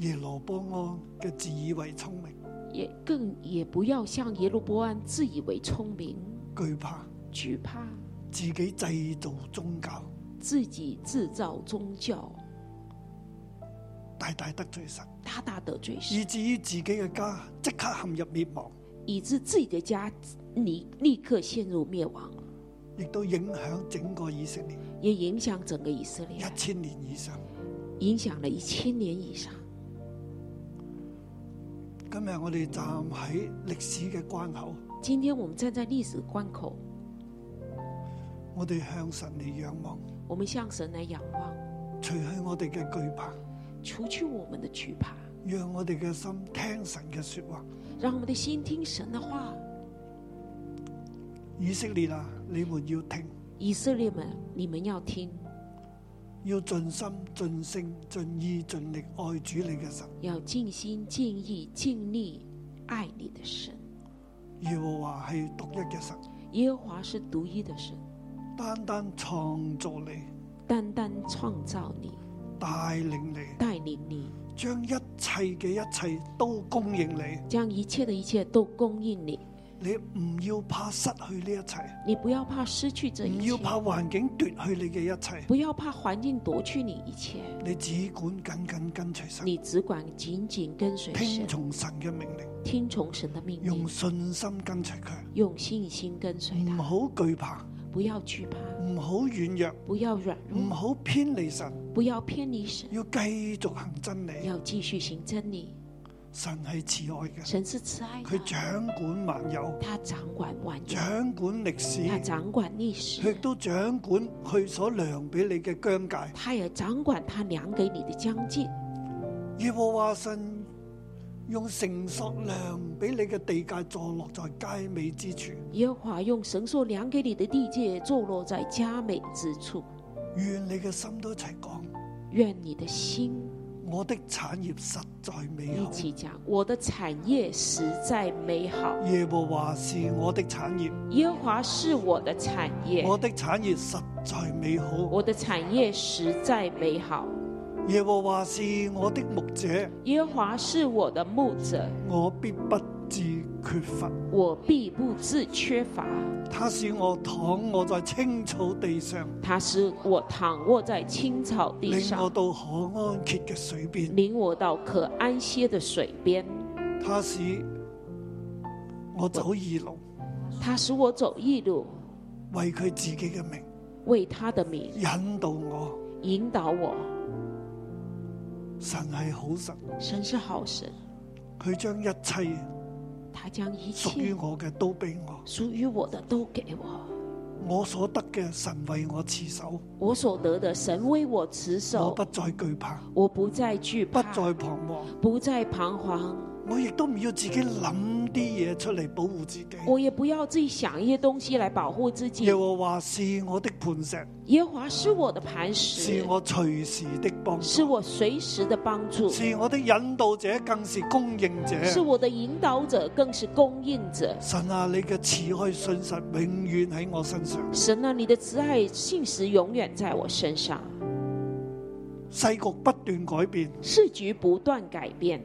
Speaker 2: 耶羅波安嘅自以為聰明、
Speaker 3: 也更也不要像耶罗波安自以为聪明，
Speaker 2: 懼怕
Speaker 3: 惧怕
Speaker 2: 自己製造宗教，
Speaker 3: 自己制造宗教，
Speaker 2: 大大得罪神，
Speaker 3: 大大得罪神。
Speaker 2: 以至於自己嘅家即刻陷入滅亡，
Speaker 3: 以致自己的家你立刻陷入灭亡，
Speaker 2: 亦都影響整個以色列
Speaker 3: 也影响整个以色列，
Speaker 2: 一千年以上。
Speaker 3: 影响了一千年以上。
Speaker 2: 今日我哋站喺歷史嘅關口，
Speaker 3: 今天我们站在历史关口，
Speaker 2: 我哋向神嚟仰望，
Speaker 3: 我们向神来仰望，
Speaker 2: 除去我哋嘅懼怕，
Speaker 3: 除去我们的惧怕，
Speaker 2: 讓我哋嘅心聽神嘅说話。
Speaker 3: 让我们的心听神的话。
Speaker 2: 以色列啊，你們要聽。
Speaker 3: 以色列们，你们要听，
Speaker 2: 要盡心、盡性、盡意、盡力愛主你嘅神。
Speaker 3: 要尽心尽意尽力爱你的神。
Speaker 2: 耶和華係獨一嘅神，
Speaker 3: 耶和华是独一的神，
Speaker 2: 單單創造你、
Speaker 3: 单单创造你，
Speaker 2: 帶領你，
Speaker 3: 带领你，
Speaker 2: 將一切嘅一切都供應你。
Speaker 3: 将一切的一切都供应你。
Speaker 2: 你唔要怕失去呢一切，
Speaker 3: 你不要怕失去这一
Speaker 2: 唔
Speaker 3: 切
Speaker 2: 要。怕環境奪去你嘅一切，
Speaker 3: 不要怕环境夺去你一切，
Speaker 2: 你只管緊緊跟隨神，
Speaker 3: 你只管紧紧跟随
Speaker 2: 聽
Speaker 3: 神，
Speaker 2: 從神嘅命令，
Speaker 3: 听从神的命
Speaker 2: 用
Speaker 3: 令，
Speaker 2: 信心跟隨佢，
Speaker 3: 用信心跟随
Speaker 2: 唔
Speaker 3: 他，
Speaker 2: 好懼怕，
Speaker 3: 不要惧怕，
Speaker 2: 唔好軟
Speaker 3: 不要软
Speaker 2: 弱，唔
Speaker 3: 弱，
Speaker 2: 好偏離神，
Speaker 3: 不要偏离神，
Speaker 2: 要繼續行真理。
Speaker 3: 要继续行真理，
Speaker 2: 神係慈愛嘅，
Speaker 3: 神是慈爱
Speaker 2: 佢
Speaker 3: 的，
Speaker 2: 掌管萬有，
Speaker 3: 他掌管万有，
Speaker 2: 掌管歷
Speaker 3: 他
Speaker 2: 史，
Speaker 3: 掌管
Speaker 2: 佢
Speaker 3: 历
Speaker 2: 亦
Speaker 3: 史，
Speaker 2: 都掌管佢所量俾你嘅疆界。
Speaker 3: 他也掌管他量给你的疆界。
Speaker 2: 耶和華神用繩索量俾你嘅地界，坐落在佳美之處。
Speaker 3: 耶和华用绳索量给你的地界，坐落在佳美之处。
Speaker 2: 願你嘅心都一齊講，
Speaker 3: 愿你的心
Speaker 2: 我的產業實在美
Speaker 3: 一
Speaker 2: 好。
Speaker 3: 起讲，我的产业实在美好。
Speaker 2: 耶和華是我的產業，
Speaker 3: 耶和华是我的产业，
Speaker 2: 我的產業實在美好。
Speaker 3: 我的产业实在美好。
Speaker 2: 耶和華是我的牧者，
Speaker 3: 耶和华是我的牧者，
Speaker 2: 我必不至缺乏。
Speaker 3: 我必不致缺乏。
Speaker 2: 他使我躺卧在青草地上，
Speaker 3: 他使我躺卧在青草地
Speaker 2: 領我
Speaker 3: 上，
Speaker 2: 到可安歇嘅水邊。
Speaker 3: 领我到可安歇的水边。
Speaker 2: 他使我走義路，
Speaker 3: 他使我走义路，
Speaker 2: 為佢自己嘅名
Speaker 3: 为他的名
Speaker 2: 引導我。
Speaker 3: 引导我。
Speaker 2: 神係好神，
Speaker 3: 神是好神，
Speaker 2: 佢將一切
Speaker 3: 他将一
Speaker 2: 屬於
Speaker 3: 切
Speaker 2: 我嘅都俾我，
Speaker 3: 属于我的都给我。
Speaker 2: 我所得嘅神為我持守，
Speaker 3: 我所得的，神为我持
Speaker 2: 我
Speaker 3: 守
Speaker 2: 不，再懼怕，
Speaker 3: 我不再惧
Speaker 2: 不
Speaker 3: 怕，
Speaker 2: 再彷徨。
Speaker 3: 不再彷徨，
Speaker 2: 我亦都唔要自己諗啲嘢出嚟保護自己。
Speaker 3: 我也不要自己想一些东西来保护自己
Speaker 2: 耶。和華是我的磐石，
Speaker 3: 耶和華是我的磐
Speaker 2: 是
Speaker 3: 石，
Speaker 2: 我隨時的幫
Speaker 3: 是
Speaker 2: 助，
Speaker 3: 我随时的帮助，
Speaker 2: 是我的引導者，更是供應者。
Speaker 3: 是我的引导者，更是供应者。
Speaker 2: 神啊，你嘅慈愛信實永遠喺我身上。
Speaker 3: 神啊，你的慈爱信实永远在我身上，
Speaker 2: 世局不斷改變，
Speaker 3: 世局不断改变，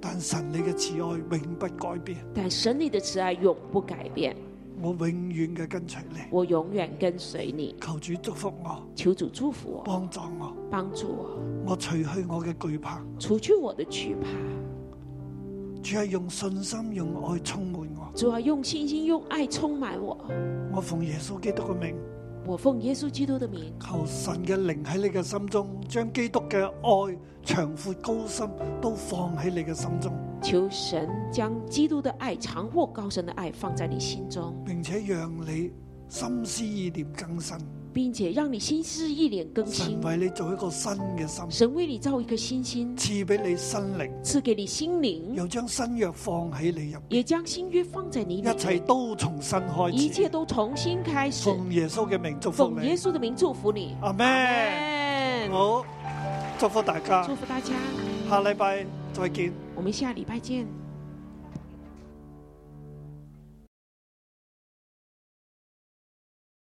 Speaker 2: 但神你嘅慈愛永不改變。
Speaker 3: 但神你的慈爱永不改变。
Speaker 2: 我永遠嘅跟隨你，
Speaker 3: 我永远跟随你，
Speaker 2: 求主祝福我，
Speaker 3: 求主祝福我，
Speaker 2: 幫助我，
Speaker 3: 帮助我，
Speaker 2: 我除去我嘅懼怕。
Speaker 3: 除去我的惧怕。
Speaker 2: 主係用信心、用愛充滿我。
Speaker 3: 主要用信心、用爱充满我。
Speaker 2: 我奉耶穌基督嘅名，
Speaker 3: 我奉耶稣基督的名，
Speaker 2: 求神嘅靈喺你嘅心中，將基督嘅愛、長闊、高深都放喺你嘅心中，
Speaker 3: 求神将基督的爱、长阔高深的爱放在你心中。
Speaker 2: 並且讓你心思意念更新。
Speaker 3: 并且让你心思意念更
Speaker 2: 神
Speaker 3: 新。
Speaker 2: 為你做一個新嘅心，
Speaker 3: 神为你造一颗新心，
Speaker 2: 賜俾你新靈，
Speaker 3: 赐给你心灵，
Speaker 2: 又將新藥放喺你入，
Speaker 3: 也将新约放在你里
Speaker 2: 一切
Speaker 3: 面，
Speaker 2: 都從新
Speaker 3: 一
Speaker 2: 開
Speaker 3: 切
Speaker 2: 始。
Speaker 3: 都重新开始。
Speaker 2: 奉耶穌嘅名祝福
Speaker 3: 奉耶
Speaker 2: 你，
Speaker 3: 稣的名祝福你，
Speaker 2: 阿咩？
Speaker 3: Amen
Speaker 2: 好，祝福大家
Speaker 3: 祝，福大家，
Speaker 2: 下禮拜再見。
Speaker 3: 我们下礼拜见。